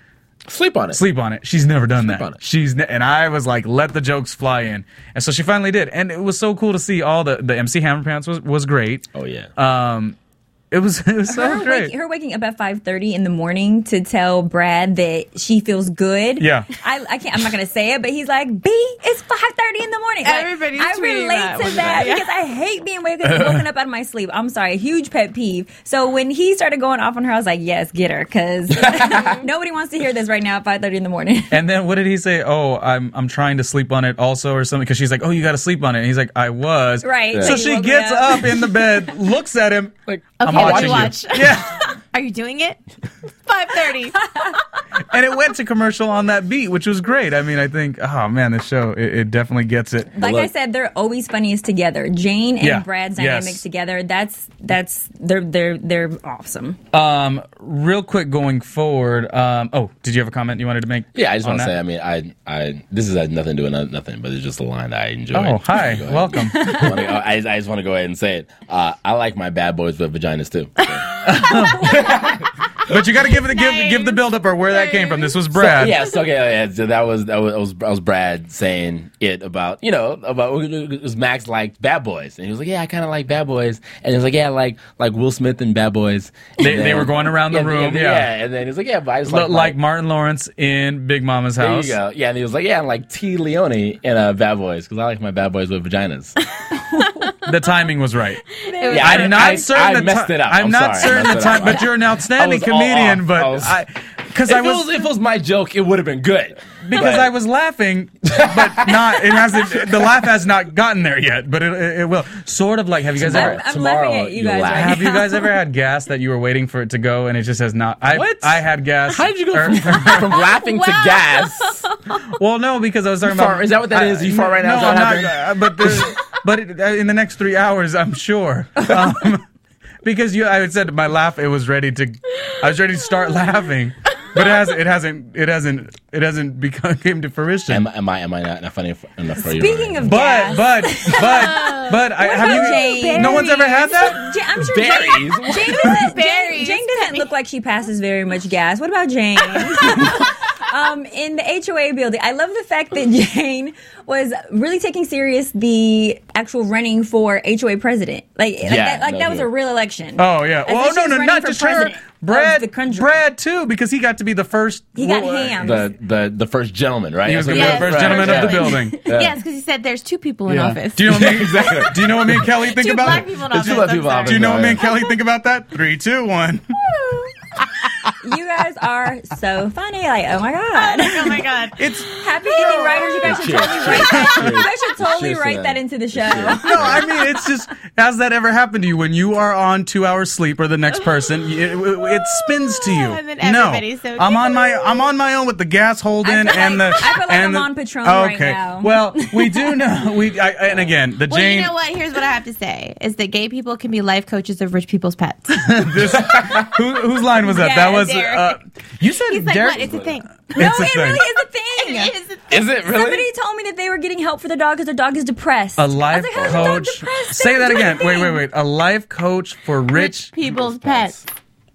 D: sleep on it.
C: sleep on it. She's never done that.
D: on it.
C: She's ne- and I was like, let the jokes fly in, and so she finally did, and it was so cool to see all the the MC Hammer Pants was was great.
D: Oh yeah.
C: Um, it was it was so
B: her,
C: great.
B: wak- her waking up at five thirty in the morning to tell Brad that she feels good.
C: Yeah.
B: I, I can't. I'm not gonna say it, but he's like, "B, it's five thirty in the morning." Like,
E: Everybody's
B: I
E: tweeting
B: relate
E: that
B: to
E: one
B: that
E: night. Yeah.
B: because I hate being waken- woken up out of my sleep. I'm sorry, huge pet peeve. So when he started going off on her, I was like, "Yes, get her," because nobody wants to hear this right now at five thirty in the morning.
C: And then what did he say? Oh, I'm I'm trying to sleep on it also or something because she's like, oh, you got to sleep on it. And he's like, I was.
B: Right.
C: So
B: Like, he
C: she
B: woke me
C: gets up. in the bed, looks at him like,
E: Okay,
C: I'm
E: let
C: watching
E: me watch.
C: you. Yeah.
E: Are you doing it? Five thirty.
C: and it went to commercial on that beat, which was great. I mean, I think, oh man, this show it, it definitely gets it.
B: Like I
D: Look.
B: said, they're always funniest together. Jane and
C: Yeah.
B: Brad's
C: Yes.
B: dynamic together. That's that's they're they're they're awesome.
C: Um, real quick going forward. Um, oh, did you have a comment you wanted to make?
D: Yeah, I just
C: on
D: want to
C: that?
D: say. I mean, I, I, this is has nothing to do with no- nothing, but it's just a line that I enjoy.
C: Oh, hi, welcome.
D: I, wanna- I- I just want to go ahead and say it. Uh, I like my bad boys with vaginas too.
C: but you got to give the give, give the
E: Nice.
C: build up or where that came from. This was
D: So,
C: Brad.
D: yeah, so, okay, yeah, so that was that was that was, that was Brad saying it about you know about it was Max liked Bad Boys and he was like yeah I kind of like Bad Boys and he was like yeah I like like Will Smith and Bad Boys. And
C: They- they were going around the
D: and-
C: room,
D: and-
C: yeah.
D: and then he's like yeah, but I just
C: Lo-
D: like,
C: like, Martin Lawrence in Big Mama's
D: There
C: house.
D: you go. Yeah, and he was like, yeah, and like T. Leone in uh, Bad Boys because I like my Bad Boys with vaginas.
C: The timing was right.
D: Yeah,
C: I'm not
D: I-
C: certain.
D: I
C: the
D: messed
C: ti-
D: it up.
C: I'm,
D: I'm
C: not
D: sorry, I
C: certain the
D: messed it up.
C: time, but you're an outstanding
D: I was all
C: comedian.
D: off.
C: but
D: I was-
C: I, because I
D: if,
C: was,
D: it was, if it was my joke, it would have been good.
C: because
D: But-
C: I was laughing, but not. It hasn't. The laugh has not gotten there yet, but it, it, it will. Sort of like have you guys
D: Tomorrow.
C: ever?
B: I'm, I'm
D: Tomorrow
B: laughing at you
D: you'll
B: guys.
D: laugh.
B: Right
C: Have
B: now.
C: you guys ever had gas that you were waiting for it to go and it just has not? I,
D: What?
C: I had gas.
D: How did you go
C: or-
D: from, er, from laughing to
E: Wow.
D: gas?
C: well, no, because I was talking
D: You fart-
C: about.
D: is that what that
C: that is?
D: is? You fart right now?
C: No,
D: Is that
C: I'm not. uh,
D: what
C: But the, but it, uh, in the next three hours, I'm sure. Um, because you, I had said my laugh. It was ready to. I was ready to start laughing, but it hasn't. It hasn't. It hasn't. It hasn't become came to fruition.
D: Am, am I am I not, not funny enough for you?
B: Speaking of
C: But
B: gas,
C: but but but I, have
B: about
C: you?
B: Jane?
C: No one's ever had that.
B: Ja- I'm sure Jane,
D: berries.
B: Jane doesn't, Jane,
E: Berries,
B: Jane doesn't look like she passes very much gas. What about Jane? Um, in the HOA building, I love the fact that Jane was really taking serious the actual running for HOA president. Like, like
D: Yeah,
B: that, like
D: no
B: that was a
D: good.
B: real election.
C: Oh yeah.
B: As
C: Well,
B: if she
C: no,
B: was
C: no,
B: running
C: not
B: for
C: just
B: her.
C: her.
B: of
C: Brad,
B: the country.
C: Brad too, because he got to be the first.
B: He got
C: well, uh,
B: hammed.
D: the the the first gentleman, right?
C: He was
D: That's
C: gonna be
D: what
E: Yes.
C: the
D: it
C: first
D: was,
C: gentleman
D: right,
C: of the
D: yeah.
C: building. Uh,
E: Yes, because he said there's two people in office.
C: Do you know what me, exactly? Do you know what me and Kelly think
E: two
C: about?
E: black people in
D: There's
E: office.
D: two black
E: I'm
D: people in
E: sorry.
D: office.
C: Do you know what me
D: Yeah.
C: and Kelly think about that? Three, two, one.
B: You guys are so funny. Like, oh my god.
E: Oh my god.
C: It's
B: Happy ending writers, you guys should
D: Cheers,
B: totally
D: cheers,
B: write that.
D: cheers.
B: You guys should totally
D: Cheers to
B: write
D: that.
B: that into the show.
C: no, I mean it's just. Has that ever happened to you when you are on two hours sleep or the next person? It, it, it spins to you.
E: And then everybody's
C: no,
E: so
C: I'm on my I'm on my own with the gas holding
B: I feel
C: and
B: like-
C: the.
B: I feel like
C: and
B: I'm
C: the,
B: on Patron right
C: okay.
B: now.
C: Well, we do know we I, and again the
E: Well,
C: Jane.
E: you know what? Here's what I have to say: is that gay people can be life coaches of rich people's pets.
C: This, who, whose line was that?
E: Yeah,
C: that was
E: Derek.
C: uh, you said
E: He's like,
C: Derek.
E: what? It's a thing.
B: No,
C: It's a
B: it
C: thing.
B: really is a thing.
E: It is a thing.
D: Is it really?
B: Somebody told me that they were getting help for their dog because their dog is depressed.
C: A life
B: I was like, how's your dog
C: coach.
B: depressed? They
C: Say
B: don't
C: that
B: do
C: again. Wait,
B: anything.
C: wait, wait. A life coach for rich.
E: Rich people's pets.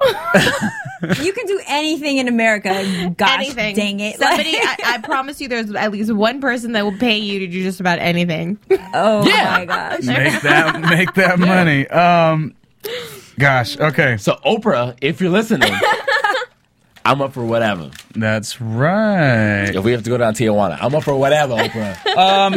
B: You can do anything in America. Gosh
E: anything.
B: dang it.
E: Somebody, I,
B: Like-
E: I promise you, there's at least one person that will pay you to do just about anything.
B: oh
D: Yeah.
B: my gosh.
C: Make that make that money. Um gosh, okay.
D: So Oprah, if you're listening, I'm up for whatever.
C: That's right.
D: If we have to go down Tijuana, I'm up for whatever, Oprah.
C: Um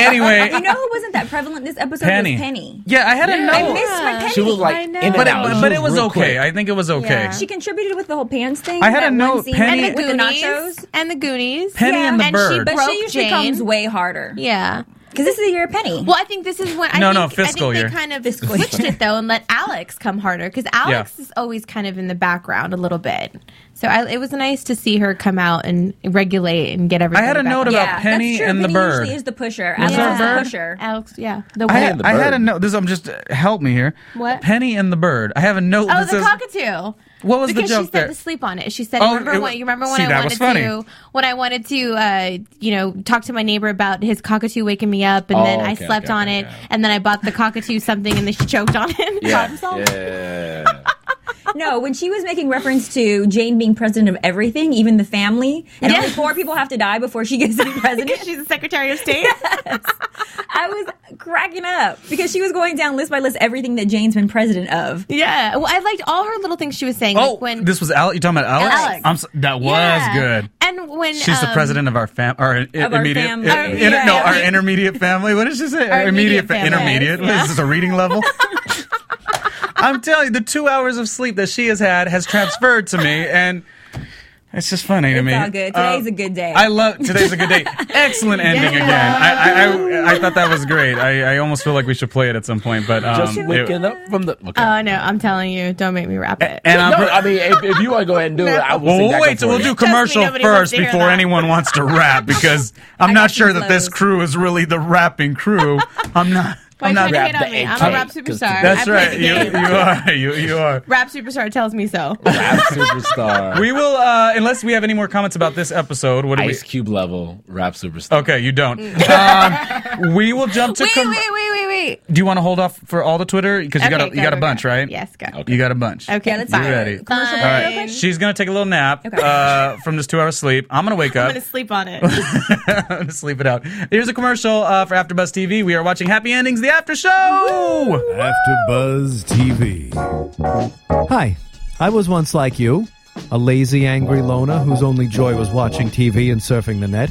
C: anyway,
B: You know who wasn't that prevalent this episode?
C: Penny.
B: Was Penny.
C: Yeah, I had a
B: I
C: note.
B: missed my Penny.
D: she was like
E: I know.
D: in and
C: But
D: out.
C: it,
D: She
C: but it was
D: real
C: okay.
D: quick.
C: I think it was okay.
E: Yeah.
B: she contributed with the whole pans thing.
C: I had a
B: that
C: note,
B: One scene
C: Penny-
B: with the nachos.
E: and the Goonies,
C: Penny and the
E: and
C: Bird.
E: She
B: But
E: broke
B: she usually
E: Jane.
B: comes way harder.
E: yeah.
B: Because this is the year of Penny.
E: Well, I think this is when I
C: No,
E: think,
C: no,
E: I
C: fiscal
E: think
C: year.
E: They kind of
B: Fiscal
E: switched
B: year.
E: it though and let Alex come harder because Alex is always kind of in the background a little bit. So I, it was nice to see her come out and regulate and get everything.
C: I had a
E: back
C: note
E: on
C: about
E: track.
C: Penny and the
B: Penny
C: bird.
B: usually is the pusher.
C: Was
B: Alex
C: there a
B: is the
C: bird?
B: pusher.
E: Alex. Yeah, the
C: I
E: one-
C: had,
D: the
C: I had
D: bird.
C: a note. This I'm just help me here.
E: What?
C: Penny and the bird. I have a note
E: Oh,
C: that
E: the
C: says
E: cockatoo.
C: What was the
E: because
C: joke
E: she said
C: there?
E: to sleep on it. She said,
C: Oh,
E: "Remember
C: it
E: when
C: wa-
E: you remember when
C: see,
E: I
C: that was
E: wanted to when I wanted to, uh, you know, talk to my neighbor about his cockatoo waking me up, and
D: Oh,
E: then I
D: okay,
E: slept
D: okay,
E: on
D: okay,
E: it,
D: okay.
E: and then I bought the cockatoo something, and then she choked on it.
D: Yeah.
E: Problem solved.
D: yeah.
B: No, when she was making reference to Jane being president of everything, even the family, and only
E: Yes.
B: four people have to die before she gets to be president,
E: Because she's the Secretary of State.
B: I was cracking up because she was going down list by list everything that Jane's been president of.
E: yeah. Well, I liked all her little things she was saying.
C: Oh,
E: like when
C: this was Alex. You talking about Alex?
E: Alex.
C: I'm so, that was
E: Yeah.
C: good.
E: And when
C: She's the
E: um,
C: president of our fam, our i-
B: Of our
C: immediate,
B: family.
C: i-
B: Our-
C: in-
E: yeah.
C: no, our intermediate family. What did she say? Our
E: immediate
C: fa-
E: family.
C: intermediate. What is this a reading level? I'm telling you, the two hours of sleep that she has had has transferred to me, and It's just funny to
B: It's
C: me.
B: all good. Today's
C: Uh,
B: a good day.
C: I love today's a good day. Excellent ending
E: Yeah.
C: again. I, I, I I thought that was great. I, I almost feel like we should play it at some point, but um,
D: Just
C: it-
D: waking up from the. Okay.
E: Oh no, I'm telling you, don't make me rap it.
C: and I'm
D: no,
C: pre-
D: I mean, if, if you want to go ahead and do it, I will.
C: well,
D: sing
C: we'll
D: that
C: wait till
D: for
C: we'll
D: you.
C: do
E: Trust me,
C: commercial
E: nobody wants
C: first
E: to hear
C: before
E: that.
C: anyone wants to rap because
B: I
C: I'm not
B: got
C: sure
B: some
C: that this
B: blows.
C: crew is really the rapping crew. I'm not.
E: Why
C: I'm
E: you
C: not.
E: trying to hit
D: rap
E: on
D: the
E: me? I'm
D: AK.
E: a rap superstar. I
C: That's
E: play
C: right.
E: the
C: You,
E: game.
C: you are. You, you are.
E: Rap superstar tells me so.
D: Rap superstar.
C: We will, uh, unless we have any more comments about this episode. What do we?
D: Ice Cube level rap superstar.
C: Okay, you don't. um, we will jump to.
E: Mm. wait,
C: com-
E: wait, wait, wait, wait.
C: Do you want to hold off for all the Twitter because you got a, you got a bunch, right?
E: Yes, go.
C: You got a bunch.
E: Okay,
B: Yeah, let's
E: fine.
B: do it.
C: ready?
B: Commercial
E: Fine.
B: break
C: All
B: real
C: right.
B: quick?
C: She's gonna take a little nap uh, from this two-hour sleep. I'm gonna wake
E: I'm
C: up.
E: gonna sleep on it.
C: I'm gonna sleep it out. Here's a commercial uh, for AfterBuzz TV. We are watching Happy Endings, the after show.
A: After Buzz TV. Hi, I was once like you, a lazy, angry loner whose only joy was watching TV and surfing the net.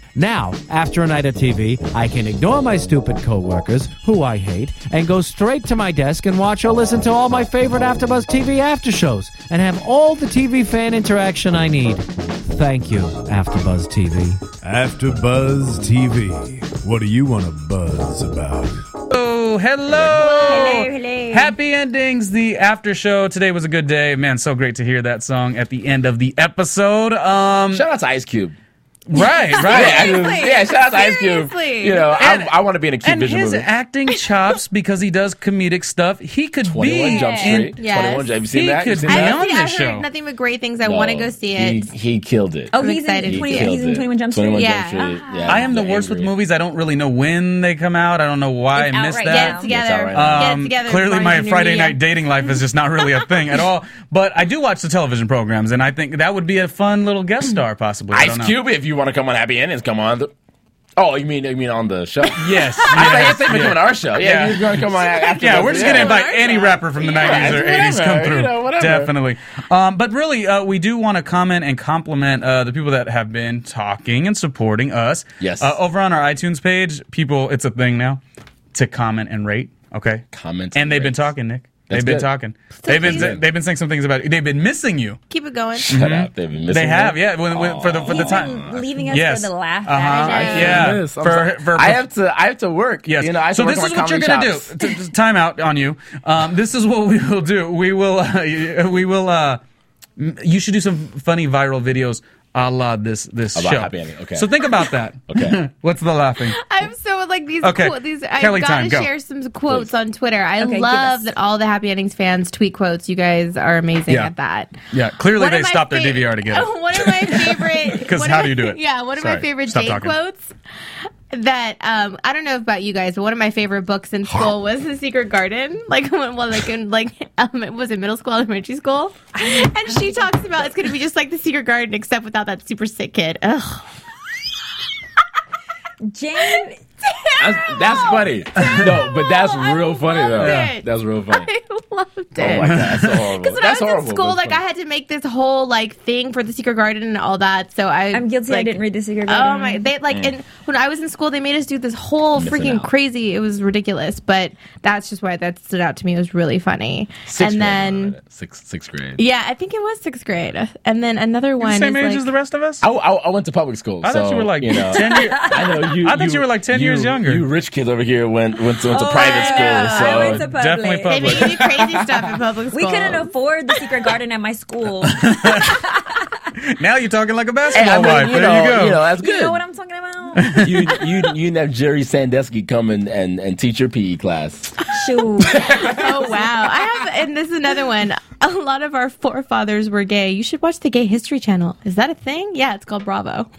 A: Now, after a night of TV, I can ignore my stupid coworkers, who I hate, and go straight to my desk and watch or listen to all my favorite AfterBuzz TV after shows, and have all the TV fan interaction I need. Thank you, AfterBuzz TV.
H: After Buzz TV. What do you want to buzz about?
C: Oh, hello.
B: Hello, hello.
C: Happy endings, the after show. Today was a good day. Man, so great to hear that song at the end of the episode. Um,
D: Shout out to Ice Cube.
C: right,
D: Yeah, I
C: right.
D: mean, yeah, shout out to Ice Cube.
E: Seriously.
D: You know,
C: And-
D: I, I want to be in a Cube
C: And
D: Vision
C: his
D: movie.
C: acting chops, because he does comedic stuff, he could
D: 21
C: be
D: Jump
C: in-
D: Street.
E: Yes.
D: 21 Jump. Have you seen
C: He
D: that? You
C: could
D: seen
C: be
E: I
C: on
D: that?
E: honestly, I've
C: this show.
E: heard nothing but great things. I want to
D: No,
E: go see it.
D: He, he killed it.
B: Oh,
E: I'm
B: he's in,
E: excited.
B: 20,
E: He
B: he's in 21 Jump Street.
D: 21
E: Yeah.
D: Jump Street. Yeah.
C: I am the worst with
D: angry.
C: movies. I don't really know when they come out. I don't know why
B: It's
C: I
B: out
C: missed
B: right
C: that.
B: now.
E: Get it together.
D: It's all right.
E: Get
C: Um,
E: it together.
C: Clearly,
E: Barnes
C: my
E: and
C: Friday
E: Media.
C: night dating life is just not really a thing at all. But I do watch the television programs, and I think that would be a fun little guest
E: Mm.
C: star, possibly. I don't
D: Ice
C: know.
D: Cube, if you want to come on Happy Endings, come on. The, oh, you mean you mean on the show? yeah.
C: Yes.
D: I was like,
C: yes,
D: it's like
C: yeah.
D: coming on our show. Yeah,
C: Yeah.
D: you're going to come on after.
C: Yeah,
D: this,
C: we're just gonna invite any rapper from the '90s
D: Yeah,
C: or
D: whatever,
C: '80s come through,
D: you know, whatever.
C: definitely. Um, but really, uh, we do want to comment and compliment uh, the people that have been talking and supporting us.
D: Yes.
C: uh, over on our iTunes page, people, it's a thing now to comment and rate. Okay,
D: Comment
C: and
D: and
C: they've been
D: rate.
C: talking, Nick. they've
D: That's
C: been
D: good.
C: talking. they've been
D: please-
C: they've been saying some things about. They've been missing you.
E: Keep it going.
D: Shut up. They've been missing
C: They have,
D: it.
C: yeah. When, when, for the for the
B: He's
C: time.
B: been leaving us
C: Yes.
B: for the laugh.
C: Uh-huh.
B: I know.
C: Yeah.
D: Yes, I'm
C: For-
D: sorry.
C: for-
D: I have to. I have to work.
C: Yes.
D: You know. I have
C: so
D: to work
C: this
D: on
C: is
D: my
C: what you're
D: comedy
C: gonna
D: chops.
C: do. T- t- time out on you. Um, this is what we will do. We will. Uh, we will. Uh, m- you should do some funny viral videos a la this this
D: About
C: show.
D: Happy Ending, okay.
C: So think about that.
D: Okay.
C: What's the laughing?
E: I'm so like these.
C: Okay.
E: Quote, these
C: Kelly
E: I've got
C: time,
E: to
C: go.
E: share some quotes on Twitter. I
B: Okay, give us.
E: love that all the Happy Endings fans tweet quotes. You guys are amazing
C: Yeah.
E: at that.
C: Yeah. Clearly
E: One of
C: they
E: my
C: stopped their
E: fa-
C: DVR to get it.
E: One of my favorite.
C: 'Cause
E: one of
C: how
E: my-
C: do you do it?
E: Yeah, one of
C: Sorry.
E: my favorite
C: Stop
E: date
C: talking.
E: quotes. That um, I don't know about you guys, but one of my favorite books in school was The Secret Garden. Like when, well, like in like um, it was in middle school, elementary school, and she talks about it's going to be just like The Secret Garden, except without that super sick kid. Ugh.
B: Jane,
D: That's, that's funny. No, but that's
E: Terrible. I
D: real funny
E: love
D: though.
E: it.
D: That's real funny.
E: I loved it.
D: Oh my god, that's so horrible.
E: Because when
D: that's
E: I was
D: horrible.
E: in school,
D: but it's
E: like I
D: funny.
E: had to make this whole like thing for the Secret Garden and all that. So I,
B: I'm guilty. I
E: like,
B: didn't read the secret.
E: Oh
B: Garden.
E: my! They like and when I was in school, they made us do this whole
D: um, Missing
E: freaking
D: out.
E: crazy. It was ridiculous, but that's just why that stood out to me. It was really funny.
D: Sixth
E: and
D: grade,
E: then
D: I read it. sixth sixth grade.
E: yeah, I think it was sixth grade. And then another one.
C: Same
E: is
C: age
E: like,
C: as the rest of us.
D: I, I, I went to public school.
C: I thought
D: so,
C: you were like
D: you know,
C: ten years.
D: I know you.
C: I thought you were like 10 years younger.
D: You rich kids over here went went to, went to
B: Oh,
D: private
B: yeah.
D: school. So
B: I went to public.
C: Definitely
E: They made
C: public.
E: you do crazy stuff in public school.
B: We couldn't afford the secret garden at my school.
C: now you're talking like a
D: Hey,
C: basketball
D: I mean,
C: wife.
D: you,
C: there
D: know,
C: you go.
D: know, that's
B: you
D: good.
B: know what I'm talking about?
D: you you you didn't have Jerry Sandusky come and, and, and teach your PE class.
B: Shoot.
E: Oh wow! I have, and this is another one. A lot of our forefathers were gay. You should watch the Gay History Channel. Is that a thing? Yeah, it's called Bravo.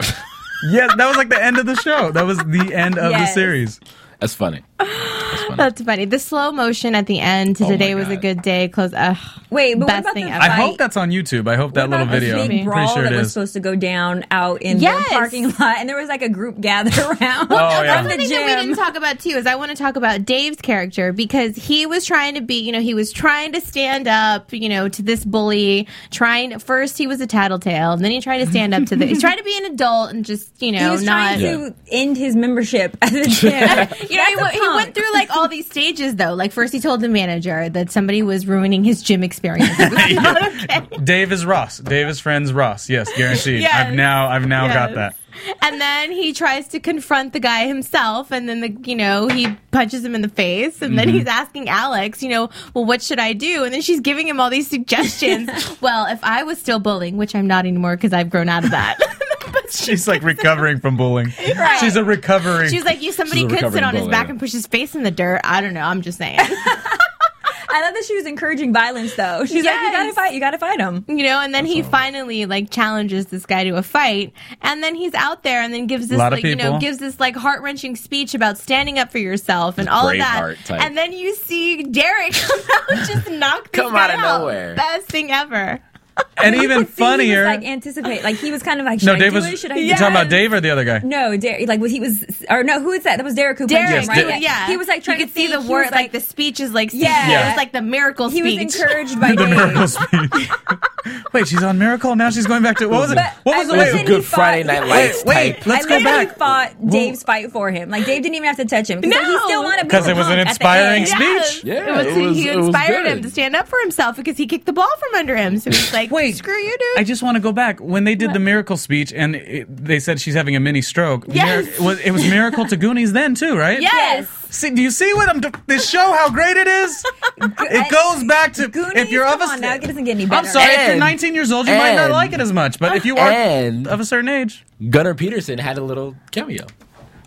C: Yes, that was like the end of the show. That was the end of the
B: Yes.
C: series.
D: That's funny. That's funny.
E: That's funny. The slow motion at the end to
D: Oh my
E: today was a
D: God.
E: good day. Close. Ugh.
B: Wait, but
E: Best
B: what about
E: thing
B: the
E: ever.
C: I
B: fight?
C: hope that's on YouTube. I hope that
B: What
C: little
B: about
C: video.
B: This big
C: I'm
B: brawl
C: pretty sure it
B: that was
C: is.
B: supposed to go down out in
E: Yes.
B: the parking lot, and there was like a group gathered around
C: Oh, yeah.
B: from the
E: Something that we
B: gym.
E: didn't talk about too is I want to talk about Dave's character because he was trying to be, you know, he was trying to stand up, you know, to this bully. Trying first he was a tattletale, and then he tried to stand up to the. He tried to be an adult and just, you know,
B: He was trying
E: not.
B: to end his membership at the gym.
E: you know, he,
B: That's a
E: went- he went
B: punk.
E: through like all these stages though. Like first, he told the manager that somebody was ruining his gym experience. It was not okay.
C: Dave is Ross. Dave is friends Ross. Yes, guaranteed.
E: Yes.
C: I've now I've now got
E: Yes.
C: that.
E: And then he tries to confront the guy himself, and then the you know he punches him in the face, and
D: Mm-hmm.
E: then he's asking Alex, you know, well, what should I do? And then she's giving him all these suggestions. well, if I was still bullying, which I'm not anymore because I've grown out of that.
C: She's like recovering from bullying.
E: Right.
C: She's a recovering.
E: She was like, you somebody
D: She's a
E: could sit
D: recovering
E: on his
D: bully,
E: back
D: yeah.
E: and push his face in the dirt. I don't know. I'm just saying.
B: I love that she was encouraging violence, though. She's like, "You
E: Yes.
B: gotta fight. You gotta fight him."
E: you know, and then he finally like challenges this guy to a fight, and then he's out there, and then gives this
C: Lot of
E: like you know
C: people.
E: gives this like heart wrenching speech about standing up for yourself and all of that,
D: Braveheart type.
E: and then you see Derek come out just knock this
D: Come out
E: guy
D: of
E: out.
D: nowhere.
E: Best thing ever.
C: and even
B: See, he was,
C: funnier.
B: like anticipate, like he was kind of like, "Should
C: no,
B: I
C: Dave
B: do
C: was.
B: it? Should I?"
C: you
B: do it?"
C: talking about Dave or the other guy?
B: No, Derek. Like was he was or no? Who is that? That was Derek who
E: Derek,
B: punched him,
C: Yes,
B: right?
C: Derek.
E: yeah,
B: He was like trying
E: you could
B: to
E: see
B: think.
E: the
B: He
E: word
B: was,
E: like, the speech is like
B: Yeah.
E: yeah, it was like the miracle
B: He was
E: speech.
B: encouraged by
C: The
B: Dave.
C: miracle speech. Wait, she's on miracle now. She's going back to what was it?
B: But
C: What was
B: I
C: the
B: love
C: wait,
B: that
D: Good
B: he fought-
D: Friday Night Lights
C: wait,
D: type.
C: Let's
B: I
C: go
B: literally
C: back.
B: fought Dave's fight for him. Like Dave didn't even have to touch him because he
E: No.
B: still wanted
C: Because it was an inspiring
B: speech.
C: speech.
D: Yeah,
E: it was,
D: it was-
E: he
D: it was
E: inspired him
D: good.
E: to stand up for himself because he kicked the ball from under him. So he's like,
C: Wait.
E: screw you, dude."
C: I just want to go back when they did the miracle speech, and it, they said she's having a mini stroke.
E: Yes.
C: Mir- was, it was miracle to Goonies then too, right?
E: yes.
C: See, do you see what I'm? d- This show, how great it is. It goes back to
B: Goonies,
C: if you're
B: come
C: of a.
B: on now, it doesn't get any
C: I'm
B: better.
C: sorry, if you're
D: And-
C: 19 years old, you might not
D: and-
C: like it as much, but if you are
D: and-
C: of a certain age,
D: Gunnar Peterson had a little cameo.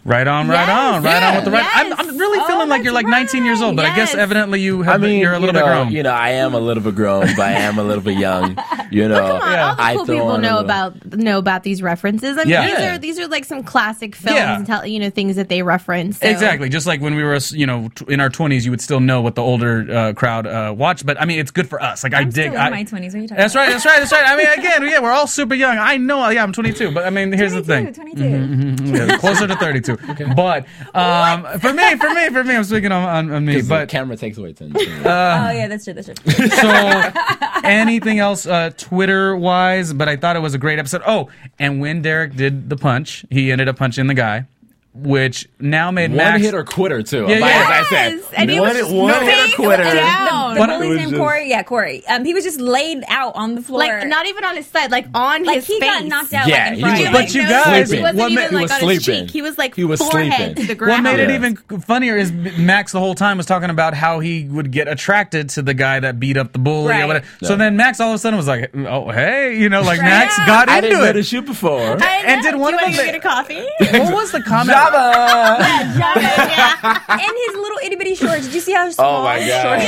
C: right on, right
E: Yes,
C: on, right on
D: yeah,
C: with the right.
E: yes.
C: I'm, I'm really
E: Oh,
C: feeling like you're
E: that's
C: like 19 years old, but I guess
E: right, yes.
C: evidently you have.
D: I mean,
C: you're a little
D: you know,
C: bit grown.
D: You know, I am a little bit grown, but I am a little bit young. You know,
E: Come on, all the
D: I
E: cool
D: throw
E: people
D: on a
E: know
D: little-
E: about know about these references. I mean,
C: Yeah.
E: these
D: Yeah.
E: are these are like some classic films
C: Yeah.
E: and tell, you know things that they reference. so-
C: Exactly, just like when we were, you know, t- in our twenties, you would still know what the older uh, crowd uh, watched. But I mean, it's good for us. Like i
B: I'm
C: dig.
B: still in
C: I-
B: my 20s. What are you talking
C: That's
B: about?
C: right. That's right. That's right. I mean, again, yeah, we're all super young. I know. Yeah, I'm 22, but I mean, here's the thing. Mm-hmm.
B: 22.
C: Yeah, closer to 32. But um, for me, for me, for me, I'm speaking on, on, on me.
D: 'Cause the
C: But
D: camera takes away ten.
C: Uh-huh.
B: Oh yeah, that's true. That's true.
C: so anything else uh, Twitter wise? But I thought it was a great episode. Oh, and when Derek did the punch, he ended up punching the guy, which now made
D: one
C: Max.
D: hit or quitter too.
C: Yeah,
D: Like,
C: yeah.
D: as I said,
E: Yes, and he was
D: one,
E: just
D: one hit or
E: facing
D: quitter.
E: down.
B: The
C: But-
B: bully's
C: It was
B: name
C: just-
B: Corey. Yeah, Corey. Um, he was just laid out on the floor.
E: Like not even on his side, like on
B: like
E: his
B: he
E: face.
B: got knocked out.
D: Yeah,
B: like, in
D: he
B: front
D: was-
B: of
C: But
B: him.
C: you
E: no,
C: guys-
E: he wasn't
D: What
E: even
D: ma-
E: like
D: he was
E: on his
D: sleeping.
E: cheek. He was like
D: He was
E: forehead
D: sleeping.
E: to the
C: What
E: ground.
C: made it
D: Yeah.
C: even funnier is Max the whole time was talking about how he would get attracted to the guy that beat up the bully or
B: Right.
C: whatever. So
D: Yeah.
C: then Max all of a sudden was like, "Oh, hey," you know, like
E: Right.
C: Max
E: Yeah.
C: got
D: I didn't
C: into
D: know
C: it.
D: this shit before.
E: I
C: and
E: know.
C: did one
E: Do you
C: of
E: want
C: them-
E: to get a coffee?
C: What was the comment?
D: Java.
E: yeah.
B: in his little itty bitty shorts. Did you see how
C: Oh
B: small?
D: my
B: his
D: God.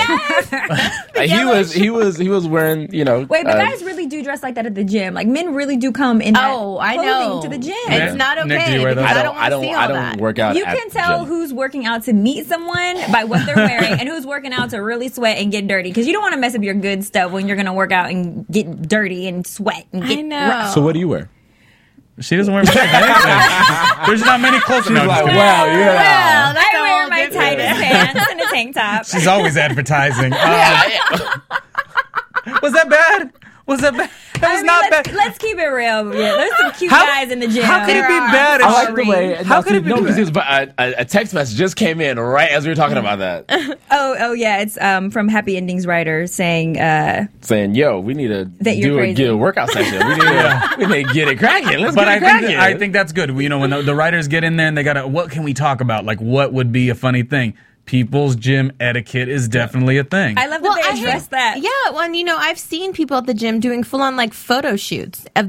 B: Shorts?
D: he was he was he was wearing you know.
B: Wait, but
D: uh,
B: guys really do dress like that at the gym. Like men really do come in. that
E: Oh, I
B: clothing
E: know.
B: to the gym.
E: It's not okay.
C: Nick, do you wear
E: because
C: those?
D: I don't I
E: I
D: don't
E: want to see all
D: I don't
E: that.
D: work out.
B: You
D: at
B: can
D: the
B: tell
D: gym.
B: who's working out to meet someone by what they're wearing and who's working out to really sweat and get dirty because you don't want to mess up your good stuff when you're going to work out and get dirty and sweat and get
E: I know.
D: So what do you wear?
C: She doesn't wear much of anything. There's not many clothes. No, I'm just
D: like,
C: kidding.
D: wow, Oh, yeah.
E: Well, that's
B: I
E: a
B: wear
E: whole
B: my
E: different-
B: tightest pants and a tank top.
C: She's always advertising. Uh, was that bad? Was that bad? That
B: I
C: was
B: mean,
C: not
B: let's,
C: bad.
B: let's keep it real. Yeah, there's some cute
C: How-
B: guys in the gym.
C: How could it
B: There
C: be
B: are.
C: bad?
D: I like the way.
C: How could it be
D: no?
C: bad?
D: Because it was- a, a, a text message just came in right as we were talking about that,
B: Oh, oh yeah, it's um, from Happy Endings writer saying uh,
D: saying, "Yo, we need to
B: That you're
D: do a,
B: crazy.
D: get a workout session. We need, to, we need to get it cracking. Let's
C: But
D: get
C: I
D: it
C: think
D: cracking."
C: that, I think that's good. You know, when the, the writers get in there and they gotta, what can we talk about? Like, what would be a funny thing? people's gym etiquette is definitely a thing.
B: I love that they address
E: hate-
B: that.
E: Yeah, well, and you know, I've seen people at the gym doing full on like photo shoots of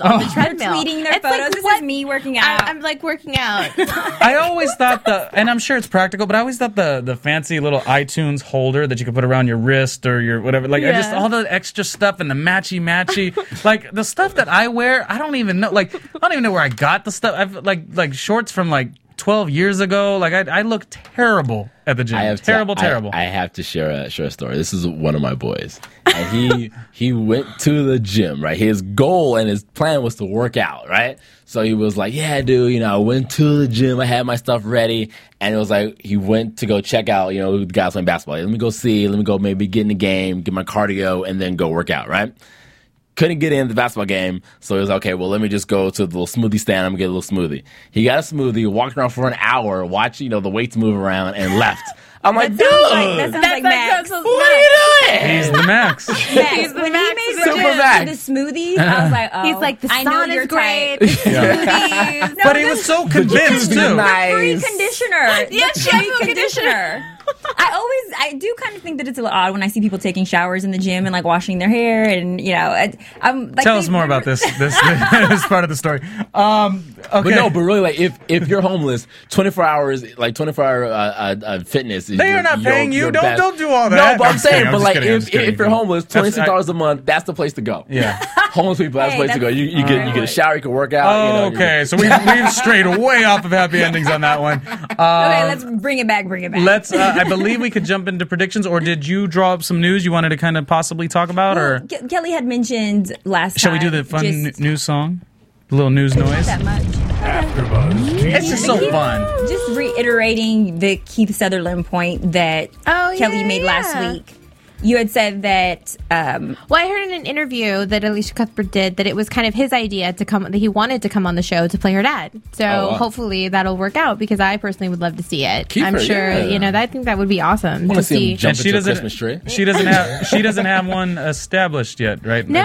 E: on the treadmill,
B: tweeting their
E: It's
B: photos.
E: Like,
B: this
E: what?
B: is me working out.
E: I, am like working out.
C: I always thought the, and I'm sure it's practical, but I always thought the the fancy little iTunes holder that you could put around your wrist or your whatever, like I just
E: Yeah.
C: all the extra stuff and the matchy matchy, like the stuff that I wear, I don't even know, like I don't even know where I got the stuff. I've like like shorts from like 12 years ago. Like I, I look terrible at the gym.
D: I have to-
C: terrible,
D: I-
C: terrible.
D: I, have to share a share a story. This is one of my boys, and he he went to the gym. Right, his goal and his plan was to work out. Right, so he was like, "Yeah, dude, you know, I went to the gym. I had my stuff ready, and it was like he went to go check out. You know, the guys playing basketball. Let me go see. Let me go maybe get in the game, get my cardio, and then go work out. Right." couldn't get in the basketball game, so he was okay. Well, let me just go to the little smoothie stand. I'm gonna get a little smoothie. He got a smoothie, walked around for an hour, watched you know the weights move around, and left. I'm like, dude,
B: Sounds like- that sounds like Max.
D: what are you doing?
C: He's the max.
B: Max.
E: He's the
B: when
E: Max
B: he made
E: of the
D: Super
B: reference
D: Max.
B: to the smoothies, I was like, oh,
E: He's like the
B: I know
E: sun
B: you're
E: is great.
B: tight.
E: the smoothies.
C: but he was so convinced
D: He's
C: too.
B: The free
D: nice.
B: conditioner.
E: Yeah,
B: The
E: shampoo
B: free conditioner. I always, I do kind of think that it's a little odd when I see people taking showers in the gym and like washing their hair and you know, I, I'm like.
C: Tell
B: they-
C: us more about this this this part of the story. Um, okay.
D: But no, but really, like if if you're homeless, 24 hours, like 24 hour uh, uh, uh, fitness. is
C: They are
D: your-
C: not
D: your-
C: paying you.
D: your
C: Don't-
D: best.
C: don't do all that.
D: No, but
C: I'm
D: I'm,
C: just
D: saying,
C: kidding, I'm
D: but
C: just
D: like
C: kidding, I'm
D: if,
C: just kidding.
D: if you're homeless,
C: That's-
D: 26 dollars a month, that's the place to go.
C: Yeah.
D: homeless people, that's
B: Hey,
D: the place to go.
B: that's-
D: You, you get you get a shower, you can work out. Uh, you know, you-
C: Oh, okay, so we've, we've strayed way off of happy endings on that one. Uh,
B: Okay, let's bring it back. Bring it back.
C: Let's. Uh, I believe we could jump into predictions, or did you draw up some news you wanted to kind of possibly talk about,
B: Well,
C: or
B: Ke- Kelly had mentioned last.
C: shall we do
B: time
C: the fun
B: just-
C: n- news song? The little news
B: Not
C: noise.
B: that much.
C: It's just so
B: Keith-
C: fun.
B: Just reiterating the Keith Sutherland point that
E: Oh,
B: Kelly
E: yeah,
B: made last
E: yeah.
B: week. You had said that um,
E: Well, I heard in an interview that Alicia Cuthbert did that it was kind of his idea to come that he wanted to come on the show to play her dad. So
C: Oh,
D: wow.
E: hopefully that'll work out because I personally would love to see it.
D: Keep
E: I'm
D: her,
E: sure
D: yeah.
E: you know that, I think that would be awesome
D: I
E: to
D: want to see him
E: see.
D: jump
C: And she
D: into a
C: doesn't-
D: Christmas tree.
C: She doesn't have. She doesn't have one established yet, right?
E: No,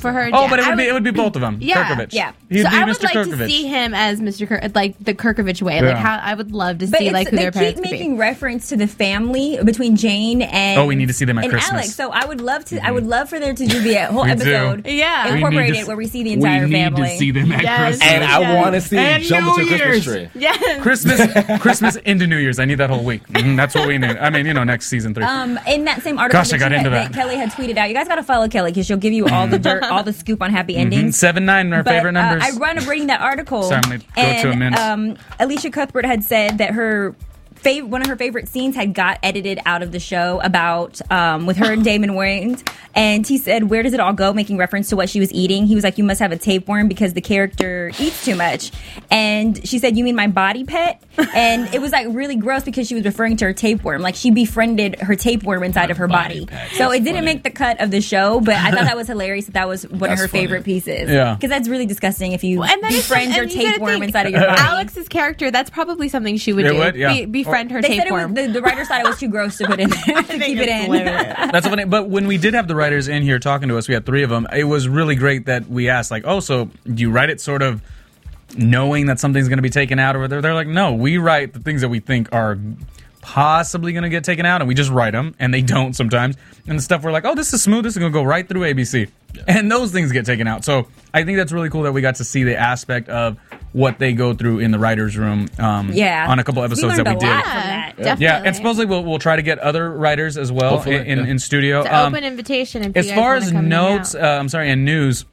E: for her.
C: Oh,
E: dad.
C: but it
E: I
C: would be it would be both of them.
E: Yeah,
C: Kirkovich.
B: yeah.
C: He'd
E: so
C: be
E: I would
C: Mr.
E: like
C: Kirkovich.
E: to see him as Mr. Kirk, like the Kirkovich way.
C: Yeah.
E: Like how I would love to
B: But
E: see
B: it's,
E: like who
B: they
E: their parents
B: keep
E: would
B: making
E: be.
B: reference to the family between Jane and
C: Oh, we need to see them at
B: and
C: Christmas.
B: Alex. So I would love to. I would love for there to do the whole
C: We do.
B: episode,
E: Yeah. We need to
B: incorporated
C: s-
B: where we see the entire family.
C: them at
E: Yes.
D: and I
E: Yeah.
D: want to see
C: And
D: him jump
C: New
D: into a Christmas
C: Year's.
D: tree.
E: Yes.
C: Christmas, Christmas into New Year's. I need that whole week. Mhm, that's what we need. I mean, you know, next season three.
B: Um, in that same article,
C: Gosh, I
B: that,
C: got
B: you had-
C: into that.
B: Kelly had tweeted out, you guys got to follow Kelly because she'll give you all the dirt, all the scoop on happy
C: Mm-hmm.
B: endings.
C: Seven nine, our
B: But,
C: favorite
B: uh,
C: numbers.
B: I wound up reading that article.
C: Sorry, I'm gonna go to
B: and,
C: a minute.
B: Um, Alicia Cuthbert had said that her. Fav- one of her favorite scenes had got edited out of the show about um, with her and Damon Wayans, and he said, "Where does it all go?" Making reference to what she was eating, he was like, "You must have a tapeworm because the character eats too much." And she said, "You mean my body pet?" And it was like really gross because she was referring to her tapeworm, like she befriended her tapeworm inside of her
D: body
B: body.
D: pet.
B: So
D: That's
B: it didn't
D: funny.
B: make the cut of the show, but I thought that was hilarious that that was one of
D: That's
B: her
D: funny.
B: favorite pieces.
C: Yeah.
B: Because that's really disgusting if you
E: Well, and then it's-
B: befriend your
E: and you gotta
B: tapeworm
E: think,
B: inside of your body.
E: Alex's character, that's probably something she would
C: It
E: do.
C: would, yeah.
E: Be- befriend her
B: they said it was,
E: tapeworm.
B: the, the writers thought it was too gross to put in there to keep it in.
C: That's funny. But when we did have the writers in here talking to us, we had three of them. It was really great that we asked, like, oh, so do you write it sort of knowing that something's going to be taken out or whatever? They're like, no, we write the things that we think are possibly going to get taken out, and we just write them, and they don't sometimes. And the stuff we're like, oh, this is smooth. This is going to go right through ABC, and those things get taken out. So I think that's really cool that we got to see the aspect of what they go through in the writers' room. Um,
B: Yeah.
C: on a couple episodes
B: we
C: that we
B: learned
C: did.
B: a lot
E: Yeah,
B: from that.
E: definitely.
C: Yeah, and supposedly we'll, we'll try to get other writers as well
D: Hopefully,
C: in, in,
D: yeah.
C: in studio.
E: It's an
C: Um,
E: open invitation. If
C: as
E: you guys
C: far
E: wanna
C: as
E: come hang
C: notes, uh,
E: out.
C: I'm sorry, and news.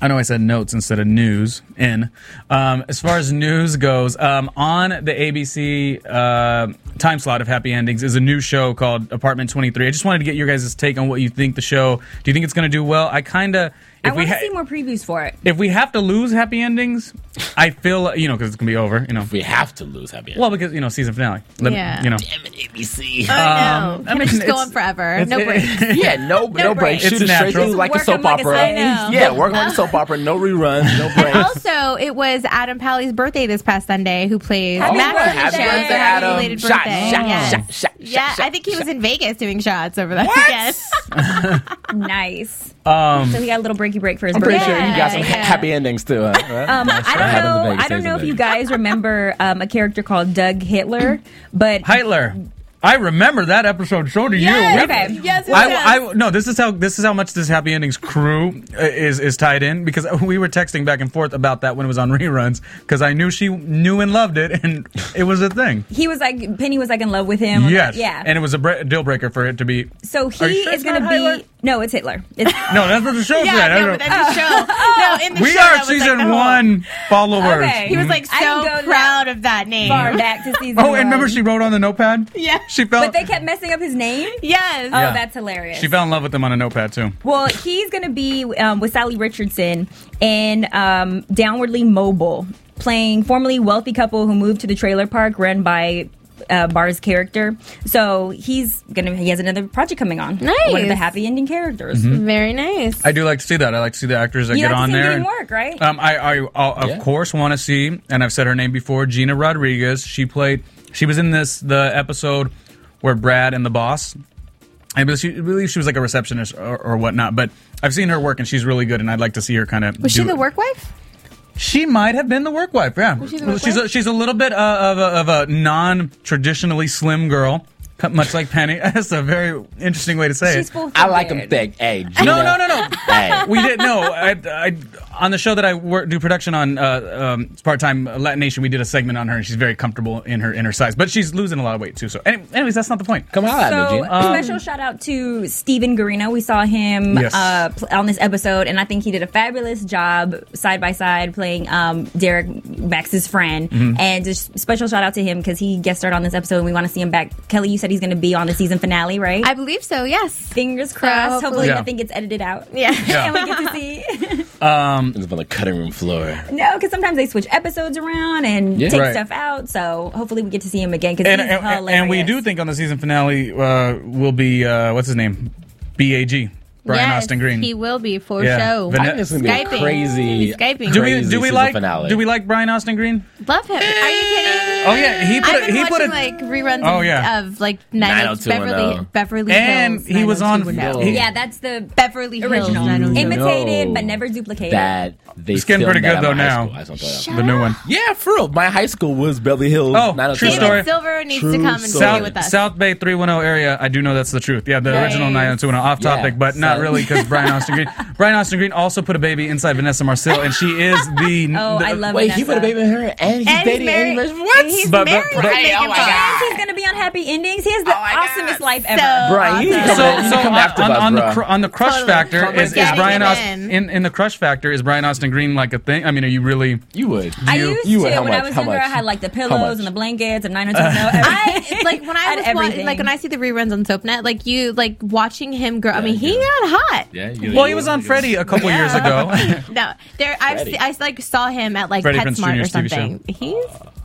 C: I know I said notes instead of news. N. Um, as far as news goes, um, on the ABC uh, time slot of Happy Endings is a new show called Apartment 23. I just wanted to get your guys' take on what you think the show. Do you think it's going to do well? I kind of.
B: I want to
C: ha-
B: see more previews for it.
C: if we have to lose happy endings, I feel you know because it's gonna be over. You know,
D: We have to lose happy.
C: well because you know season finale. Let-
E: Yeah.
C: You know,
D: Damn it, ABC.
E: I know. Can
C: I
E: I
C: mean,
E: just go
C: uh, um, it's-
E: on forever.
C: it's-
E: No breaks.
D: Uh, Yeah, no, no,
E: break.
D: break. Shoot
C: It's
D: it straight
C: natural.
D: through like a
B: Work
D: soap
B: 'em like a
D: opera.
B: sitcom.
D: yeah, work like a soap opera. No reruns, no breaks.
E: also, it was Adam Pally's birthday this past Sunday, who plays
B: Happy
D: Oh
E: Max on the
B: birthday,
E: show.
B: Adam.
E: so happy belated
D: Shot,
E: birthday.
D: shot,
E: Yes.
D: shot, shot,
E: yeah, I think he was in Vegas doing shots over that. Yes.
B: Nice.
C: Um,
B: so he got a little breaky break for his birthday.
D: Pretty sure you got some
E: Yeah.
D: ha- happy endings too. Huh?
B: Um, I
D: That
B: don't
D: happens
B: know.
D: in Vegas,
B: I don't
D: stays in
B: know if you
D: Vegas.
B: guys remember um, a character called Doug Hitler, but
C: Heitler. I remember that episode. So do you. We-
E: Yes.
B: Okay.
E: Yes.
C: I, I no. This is how this is how much this happy endings crew uh, is is tied in because we were texting back and forth about that when it was on reruns because I knew she knew and loved it and it was a thing.
B: he was like Penny was like in love with him.
C: Yes.
B: yeah.
C: And it was a bre- deal breaker for it to be. Are
B: so
C: you
B: he
C: sure
B: is
C: it's not
B: going to
C: Hitler?
B: be no, it's Hitler. It's,
C: No, that's what the show said. I
E: yeah, no,
C: don't
E: but
C: know.
E: that's the show. No, in the
C: we
E: show,
C: are
E: that was, like,
C: season
E: the whole-
C: one followers.
B: Okay.
E: He was like
B: I didn't go
E: so
B: to
E: proud of that name.
B: far back to season.
C: Oh, and remember
B: one.
C: she wrote on the notepad.
E: um, Yeah.
C: She fell.
B: But they kept messing up his name.
E: Yes.
B: Oh,
C: Yeah.
B: that's hilarious.
C: she fell in love with him on a notepad too.
B: Well, he's going to be um, with Sally Richardson in um, Downwardly Mobile, playing formerly wealthy couple who moved to the trailer park run by uh, Barr's character. So he's going to, he has another project coming on. One of the
E: Nice.
B: happy ending characters.
E: Very nice.
C: I do like to see that. I like to see the actors that
B: You
C: Mm-hmm. get
B: like to
C: on
B: see them
C: there.
B: doing work, right?
C: Um, I, I, I'll, of
D: Yeah.
C: course want to see, and I've said her name before, Gina Rodriguez. She played. She was in this the episode where Brad and the boss. I believe she, I believe she was like a receptionist or, or whatnot, but I've seen her work and she's really good, and I'd like to see her kind of.
E: Was she the work wife?
C: She might have been the work wife. Yeah,
E: she the work
C: she's A,
E: wife?
C: she's a little bit uh, of, a, of a non-traditionally slim girl, cut much like Penny. That's a very interesting way to say
B: She's
C: it.
B: full
D: I like him
B: figured.
D: thick. Hey, Gina.
C: No, no, no, no.
D: Hey.
C: we did no. I, I, on the show that I work, do production on uh, um, part time Latin Nation, we did a segment on her, and she's very comfortable in her in her size, but she's losing a lot of weight too. So, any- anyways, that's not the point.
D: Come on, at me,
B: So
D: Gina.
B: special shout out to Steven Garino. We saw him
C: um, Yes.
B: uh, pl- on this episode, and I think he did a fabulous job side by side playing um, Derek Max's friend.
C: Mm-hmm.
B: And just special shout out to him because he guest starred on this episode, and we want to see him back. Kelly, you said he's going to be on the season finale, right?
E: I believe so. Yes.
B: Fingers crossed.
E: hopefully-
B: hopefully,
C: Yeah.
B: nothing gets edited out.
E: Yeah.
B: and we get to see.
D: It's on the cutting room floor.
B: no, because sometimes they switch episodes around and
D: Yeah.
B: take
C: Right.
B: stuff out. So hopefully, we get to see him again because
C: And,
B: he's
C: and,
B: hilarious.
C: and we do think on the season finale uh, will be uh, what's his name, B A G, Brian
E: Yes,
C: Austin Green.
E: He will be for
C: Yeah.
E: show.
C: Vanessa-
D: I think it's gonna be a
E: Skyping.
D: crazy.
E: He's Skyping.
C: do we
D: crazy
C: do we
D: season
C: like
D: finale.
C: do we like Brian Austin Green?
E: Love him. Are you kidding?
C: Oh yeah, he put
E: I've
C: a-
E: been
C: he
E: watching
C: put a,
E: like reruns
C: Oh,
E: of-
C: yeah.
E: of like 90,
D: 90210.
E: Beverly Beverly
C: And
E: Hills.
C: he was on-
E: 90210.
D: He-
B: Yeah, that's the
E: Beverly Hills.
B: Original.
E: 90210.
B: imitated
D: No.
B: but never duplicated.
D: That they
C: It's getting
D: filmed
C: pretty
D: that
C: good,
D: at
C: though,
D: my high
C: now.
D: school. I just don't throw it out.
C: The new one.
D: Yeah, for real. My high school was Beverly Hills.
C: Oh, true
E: David
C: story.
E: Silver needs
D: True
E: to come and
D: story.
E: stay with us.
C: South Bay 310 area. I do know that's the truth. Yeah, the
E: Nice.
C: original 90210 off topic,
D: Yeah,
C: but not
D: so-
C: really because Brian Austin Green. Brian Austin Green also put a baby inside Vanessa Marcel, and she is the.
B: Oh,
C: the-
B: I love
D: Wait,
B: Vanessa.
D: he put a baby in her, and he's
E: and he's
D: dating.
E: married.
D: and he's married-
E: and He's
C: But- but-
E: married
C: but-
E: to
C: Hey,
E: Megan
D: oh my
E: Fox.
D: God. Oh
B: He's gonna be on Happy Endings. He has the awesomest life ever.
E: So-
D: Brian, you need to
E: Awesome.
C: So,
D: come back- you
C: so
D: need to come after
C: on,
D: us,
C: on the
D: bruh.
C: cr- on the crush
E: Totally.
C: factor
E: Totally
C: is, is
E: get it
C: Brian
E: in.
C: Austin in, in the crush factor is Brian Austin Green like a thing? I mean, are you really?
D: You would.
B: I used
D: you
B: to
D: would. How
B: when I
D: much?
B: was
D: How
B: younger. I
D: much?
B: had like the
D: much?
B: pillows and the blankets and oh nine or ten. I
E: I like when I
B: Had
E: was watching,
B: everything.
E: like when I see the reruns on SoapNet, like you like watching him grow. I mean, he got hot.
D: Yeah. you-
C: Well, he was on Freddie a couple years ago.
E: No, there I've
D: Freddie.
E: se- I like saw him at like
C: Freddie Prinze
E: PetSmart or
C: Jr.'s TV show.
E: something. He's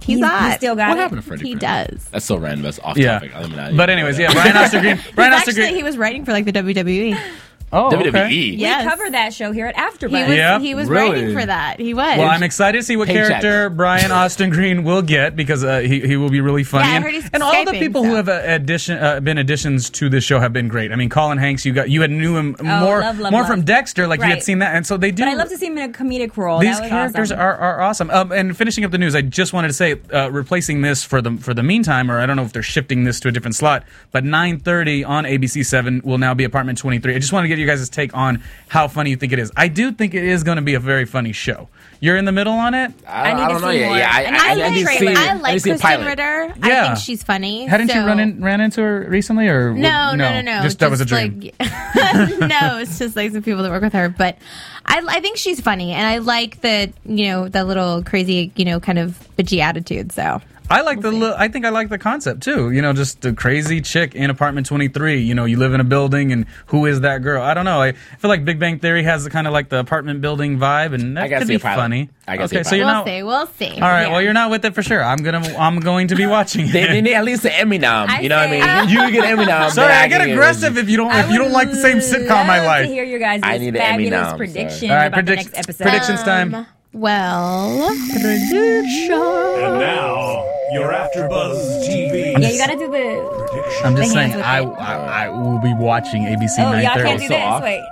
E: he's
B: He's-
E: hot.
B: he's still got
D: What
B: it.
D: happened to Freddie?
E: He
D: Prinze?
E: does.
D: That's so random. That's off
C: yeah,
D: topic. I mean, I-
C: but anyways, yeah, Brian Austin Green. Brian Austin
E: Actually, he
C: Green.
E: was writing for like the E. WWE.
C: Oh, okay.
D: WWE.
B: we
E: Yes.
B: covered that show here at
E: He
B: AfterBuzz.
E: was
C: Yeah.
E: he was
D: Really?
E: writing for that. He was.
C: Well, I'm excited to see what
D: Paycheck.
C: character Brian Austin Green will get because uh, he he will be really funny.
E: Yeah, I
C: and,
E: heard he's
C: and all the
E: Skyping,
C: people who
E: so.
C: have uh, addition uh, been additions to this show have been great. I mean, Colin Hanks, you got you had knew him more
B: Oh, love, love,
C: more
B: love.
C: from Dexter, like you had
B: Right.
C: seen that, and so they do.
B: but I love to see him in a comedic role.
C: These
B: that was
C: characters
B: awesome.
C: are, are awesome. Um, and finishing up the news, I just wanted to say, uh, replacing this for the for the meantime, or I don't know if they're shifting this to a different slot, but 9:30 on ABC Seven will now be Apartment 23. I just want to get you guys' take on how funny you think it is. I do think it is going to be a very funny show. You're in the middle on it.
D: I, don't-
B: I need
D: I
B: to
D: don't know
B: see
D: yet.
B: more.
D: Yeah, I,
B: I
D: I,
B: need to
E: I
B: see the trailer.
D: didn't see.
E: like, I
D: I didn't
E: like
D: see a
E: Kristen
D: pilot.
E: Ritter.
C: Yeah.
E: I think she's funny.
C: Hadn't you
E: so-
C: run in, ran into her recently, or
E: No, no, no, no.
C: Just, that was a dream.
E: Like, no, it's just like some people that work with her. But I, I think she's funny, and I like the you know the little crazy you know kind of bitchy attitude. So
C: I like the. Li- I think I like the concept too. You know, just the crazy chick in apartment twenty three. You know, you live in a building, and who is that girl? I don't know. I feel like Big Bang Theory has the kind of like the apartment building vibe, and that
D: I gotta
C: could
D: see
C: be
D: a pilot.
C: funny.
D: I gotta see
C: okay,
D: a
C: so
D: pilot.
C: you're
E: we'll
C: not.
E: see. We'll see.
C: All right, well, you're not with it for sure. I'm gonna. I'm going to be watching
D: They, they
C: it.
D: need at least an Emmy nom.
B: I
D: you know what
B: say-
D: I mean? You get an Emmy nom.
C: Sorry,
D: then
C: I get
D: can
C: aggressive if you don't.
B: I
C: If you don't
B: would
C: like the same sitcom I
B: love
C: like.
B: To hear your guys'
D: I need an Emmy
B: fabulous
D: now, I'm
B: prediction
D: sorry.
C: All right,
B: about
C: predict-
B: Um, the next episode.
C: predictions time.
E: Well,
I: And now, your AfterBuzz TV.
B: Yeah, you gotta do the. oh,
C: I'm just
B: The
C: saying,
B: hands with
C: I,
B: it.
C: I I will be watching ABC
B: Oh, y'all
C: 930.
B: can't do this.
D: off.
B: Wait.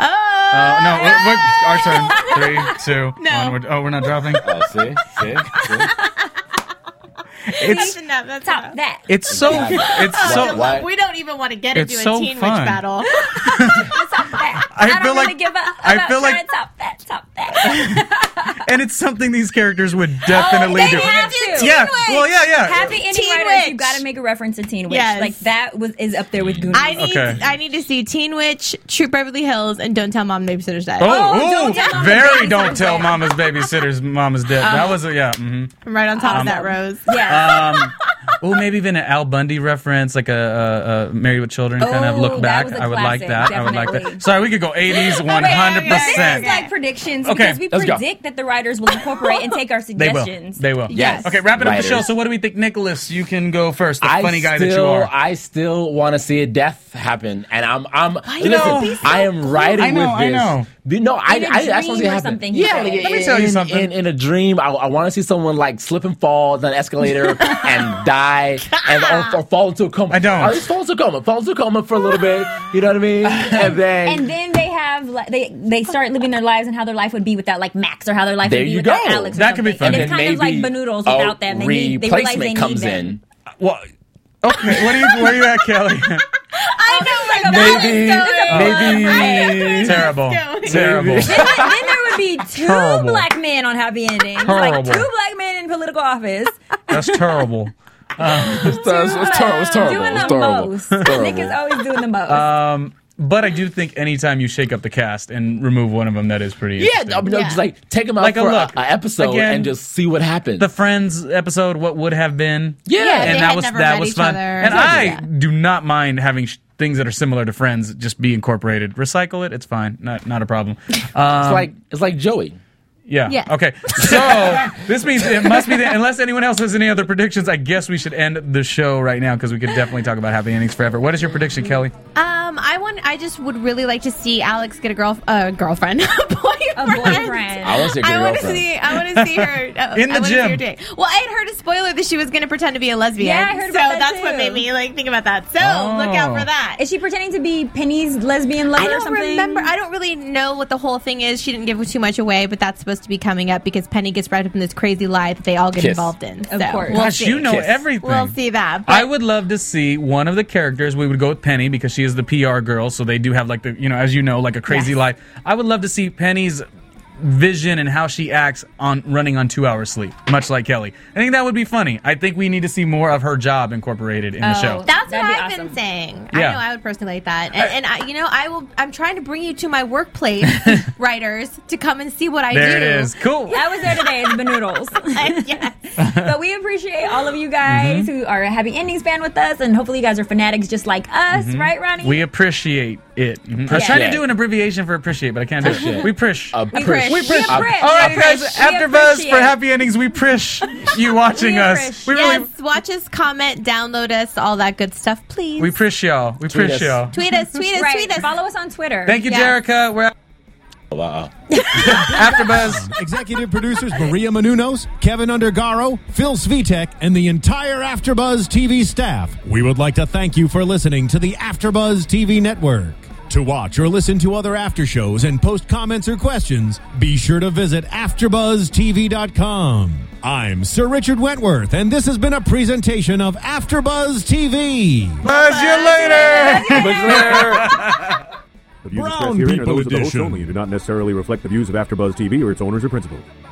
E: Oh,
C: Uh, no, we're, we're- our turn. Three, two,
E: No.
C: one. We're, oh, we're not dropping.
D: Oh, see, see, see?
C: It's
E: that's enough. That's
B: Stop
E: enough.
B: that.
C: it's so it's so.
D: Why-
E: we don't even want to get
C: It's
E: into
C: so
E: a teen
C: fun.
E: witch battle.
B: Stop that.
C: I
B: I,
C: feel
B: don't want
C: like-
B: to give up.
C: I
B: about
C: feel like-
B: trying to top that. Top that.
C: and it's something these characters would definitely
B: Oh, they
C: do.
B: have to.
C: Yeah, well, yeah, yeah.
B: Happy Indie
E: Teen
B: Writers, you
E: Witch.
B: gotta make a reference to Teen Witch.
E: Yes.
B: Like that was is up there with Goonies.
E: I need
C: Okay.
E: I need to see Teen Witch, True Beverly Hills, and Don't Tell Mom the Babysitter's Dead.
C: Oh,
B: Oh,
C: ooh,
B: don't tell Mama's
C: very
B: Babysitter.
C: don't tell mama's babysitter's mama's dead.
B: Um,
C: that was a, yeah. hmm
E: I'm right on top of that rose.
B: yeah.
C: Um, oh, maybe even an Al Bundy reference, like a, a, a Married with Children kind of
B: Oh,
C: look
B: that
C: back.
B: was a
C: I would like
B: classic,
C: that. I would like that.
B: definitely.
C: Sorry, we could go 80s,
B: But this
C: 100%.
B: is like predictions
C: Okay,
B: because we
D: let's go.
B: predict that the writers will incorporate and take our
C: They will.
B: suggestions.
C: They will.
D: Yes.
C: Okay, wrap it up the
D: Writers.
C: show. So, what do we think, Nicholas? You can go first. The
D: I
C: funny guy
D: still,
C: that you are.
D: I still want to see a death happen, and I'm, I'm. listen,
C: know-
D: I am riding
C: I know,
D: with
C: I
D: this.
C: know.
D: The- No, I,
B: In a
D: I, I just want to
B: dream
D: see it
B: or
D: happen.
B: something, he
D: yeah,
B: said.
D: like,
C: Let me
D: in-
C: tell you
D: in-
C: something.
D: In, in a dream, I, I want to see someone like slip and fall down an escalator and die, and or, or fall into a coma.
C: I don't.
D: Or just fall into a coma. Fall into a coma for a little bit. You know what I mean? And then.
B: And then they have like, they they start living their lives and how their life would be without like Max or how their life
D: There
B: would be
D: you
B: without
D: go.
B: Alex. or
C: That could be
B: something.
C: fun.
B: And
C: And
B: it's kind of like Banoodles
D: a
B: without them. They need they realize
D: replacement
B: they need
D: comes
B: them.
D: in.
C: well, okay, Oh, what are you, where are you at, Kelly?
B: I know like a
D: Maybe,
B: balance going.
D: maybe
C: Terrible.
E: Let's go.
C: Terrible.
D: Maybe.
B: then, then there would be two
C: Terrible.
B: black men on Happy Ending. It's Like
C: Terrible.
B: two black men in political office.
C: That's terrible.
D: It's- it's terrible. It's terrible.
B: Doing
D: It's
B: the
D: terrible.
B: most.
D: Terrible.
B: Nick is always doing the most.
C: Uh, But I do think anytime you shake up the cast and remove one of them, that is pretty
D: Yeah,
C: interesting.
D: no, no,
E: Yeah.
D: just like take them out
C: Like a
D: for a,
C: look.
D: a episode
C: Again,
D: and just see what happens.
C: the Friends episode, what would have been.
D: Yeah. Yeah,
C: and
E: they
C: that
E: had
C: was
E: never
C: that
E: met
C: was
E: each
C: fun.
E: other.
C: And I
E: Exactly.
C: do not mind having sh- things that are similar to Friends just be incorporated. Recycle it; it's fine, not not a problem. Um,
D: it's like it's like Joey.
C: Yeah.
E: Yeah.
C: Okay. So this means it must be that unless anyone else has any other predictions, I guess we should end the show right now because we could definitely talk about happy endings forever. What is your prediction, Kelly?
E: Um, I want. I just would really like to see Alex get a girl, uh, girlfriend, boyfriend.
B: a boyfriend.
D: I want to see a good
E: I want to
D: girlfriend.
E: see. I want to see her uh,
C: In the
E: I wanna see
C: gym.
E: her date. Well, I had heard a spoiler that she was going to pretend to be a lesbian.
B: Yeah, I heard
E: so
B: about that
E: that's
B: too.
E: what made me like think about that. So
C: Oh.
E: look out for that.
B: Is she pretending to be Penny's lesbian lover
E: I
B: or
E: don't
B: something?
E: remember. I don't really know what the whole thing is. She didn't give too much away, but that's supposed to be coming up because Penny gets wrapped up in this crazy lie that they all get
D: Kiss.
E: involved in. So
B: Of course.
E: we'll
C: Gosh,
E: see.
C: you know
D: Kiss.
C: everything.
E: We'll see that. But
C: I would love to see one of the characters. We would go with Penny because she is the PR girl, so they do have like the you know, as you know, like a crazy
B: Yes.
C: life. I would love to see Penny's vision and how she acts on running on two hours sleep, much like Kelly. I think that would be funny. I think we need to see more of her job incorporated in the
B: Oh,
C: show.
E: That's
B: That'd
E: what
B: be
E: I've
B: awesome.
E: been saying.
C: Yeah.
E: I know I would personally like that, and, and I, you know, I will. I'm trying to bring you to my workplace, writers, to come and see what I
C: there
E: do.
C: it is. Cool.
B: I was there today. It's Benoodles.
E: yes.
B: but we appreciate all of you guys
C: Mm-hmm.
B: who are a Happy Endings fan with us, and hopefully you guys are fanatics just like us, right, Ronnie?
C: Mm-hmm. We appreciate it. Mhm. I was trying to
D: Mm-hmm. Appreciate.
C: do an abbreviation for appreciate, but I can't do it.
D: Appreciate.
C: We prish.
D: A
B: We
D: prish.
B: appreciate. We
D: A-
B: appreciate.
C: All right, you guys.
B: We
C: After Buzz for
B: appreciate.
C: happy endings, we prish you watching
B: We
C: us.
B: prish.
C: We really,
E: yes. Watch us, comment, download us, all that good stuff, please.
C: we prish y'all. We
D: Tweet
C: prish
D: us.
C: y'all.
E: tweet us, tweet us,
B: Right.
E: tweet us.
B: Follow us on Twitter.
C: Thank you,
E: Yes.
C: Jerica. We're
D: Wow.
C: after Buzz.
A: Executive producers Maria Manunos, Kevin Undergaro, Phil Svitek, and the entire AfterBuzz TV staff. We would like to thank you for listening to the AfterBuzz TV network. To watch or listen to other after shows and post comments or questions, be sure to visit AfterBuzzTV.com. I'm Sir Richard Wentworth, and this has been a presentation of AfterBuzz TV.
C: Buzz you later.
J: The views
A: Brown
J: expressed herein are
A: people
J: those of the hosts
A: edition.
J: only and do not necessarily reflect the views of AfterBuzz TV or its owners or principals.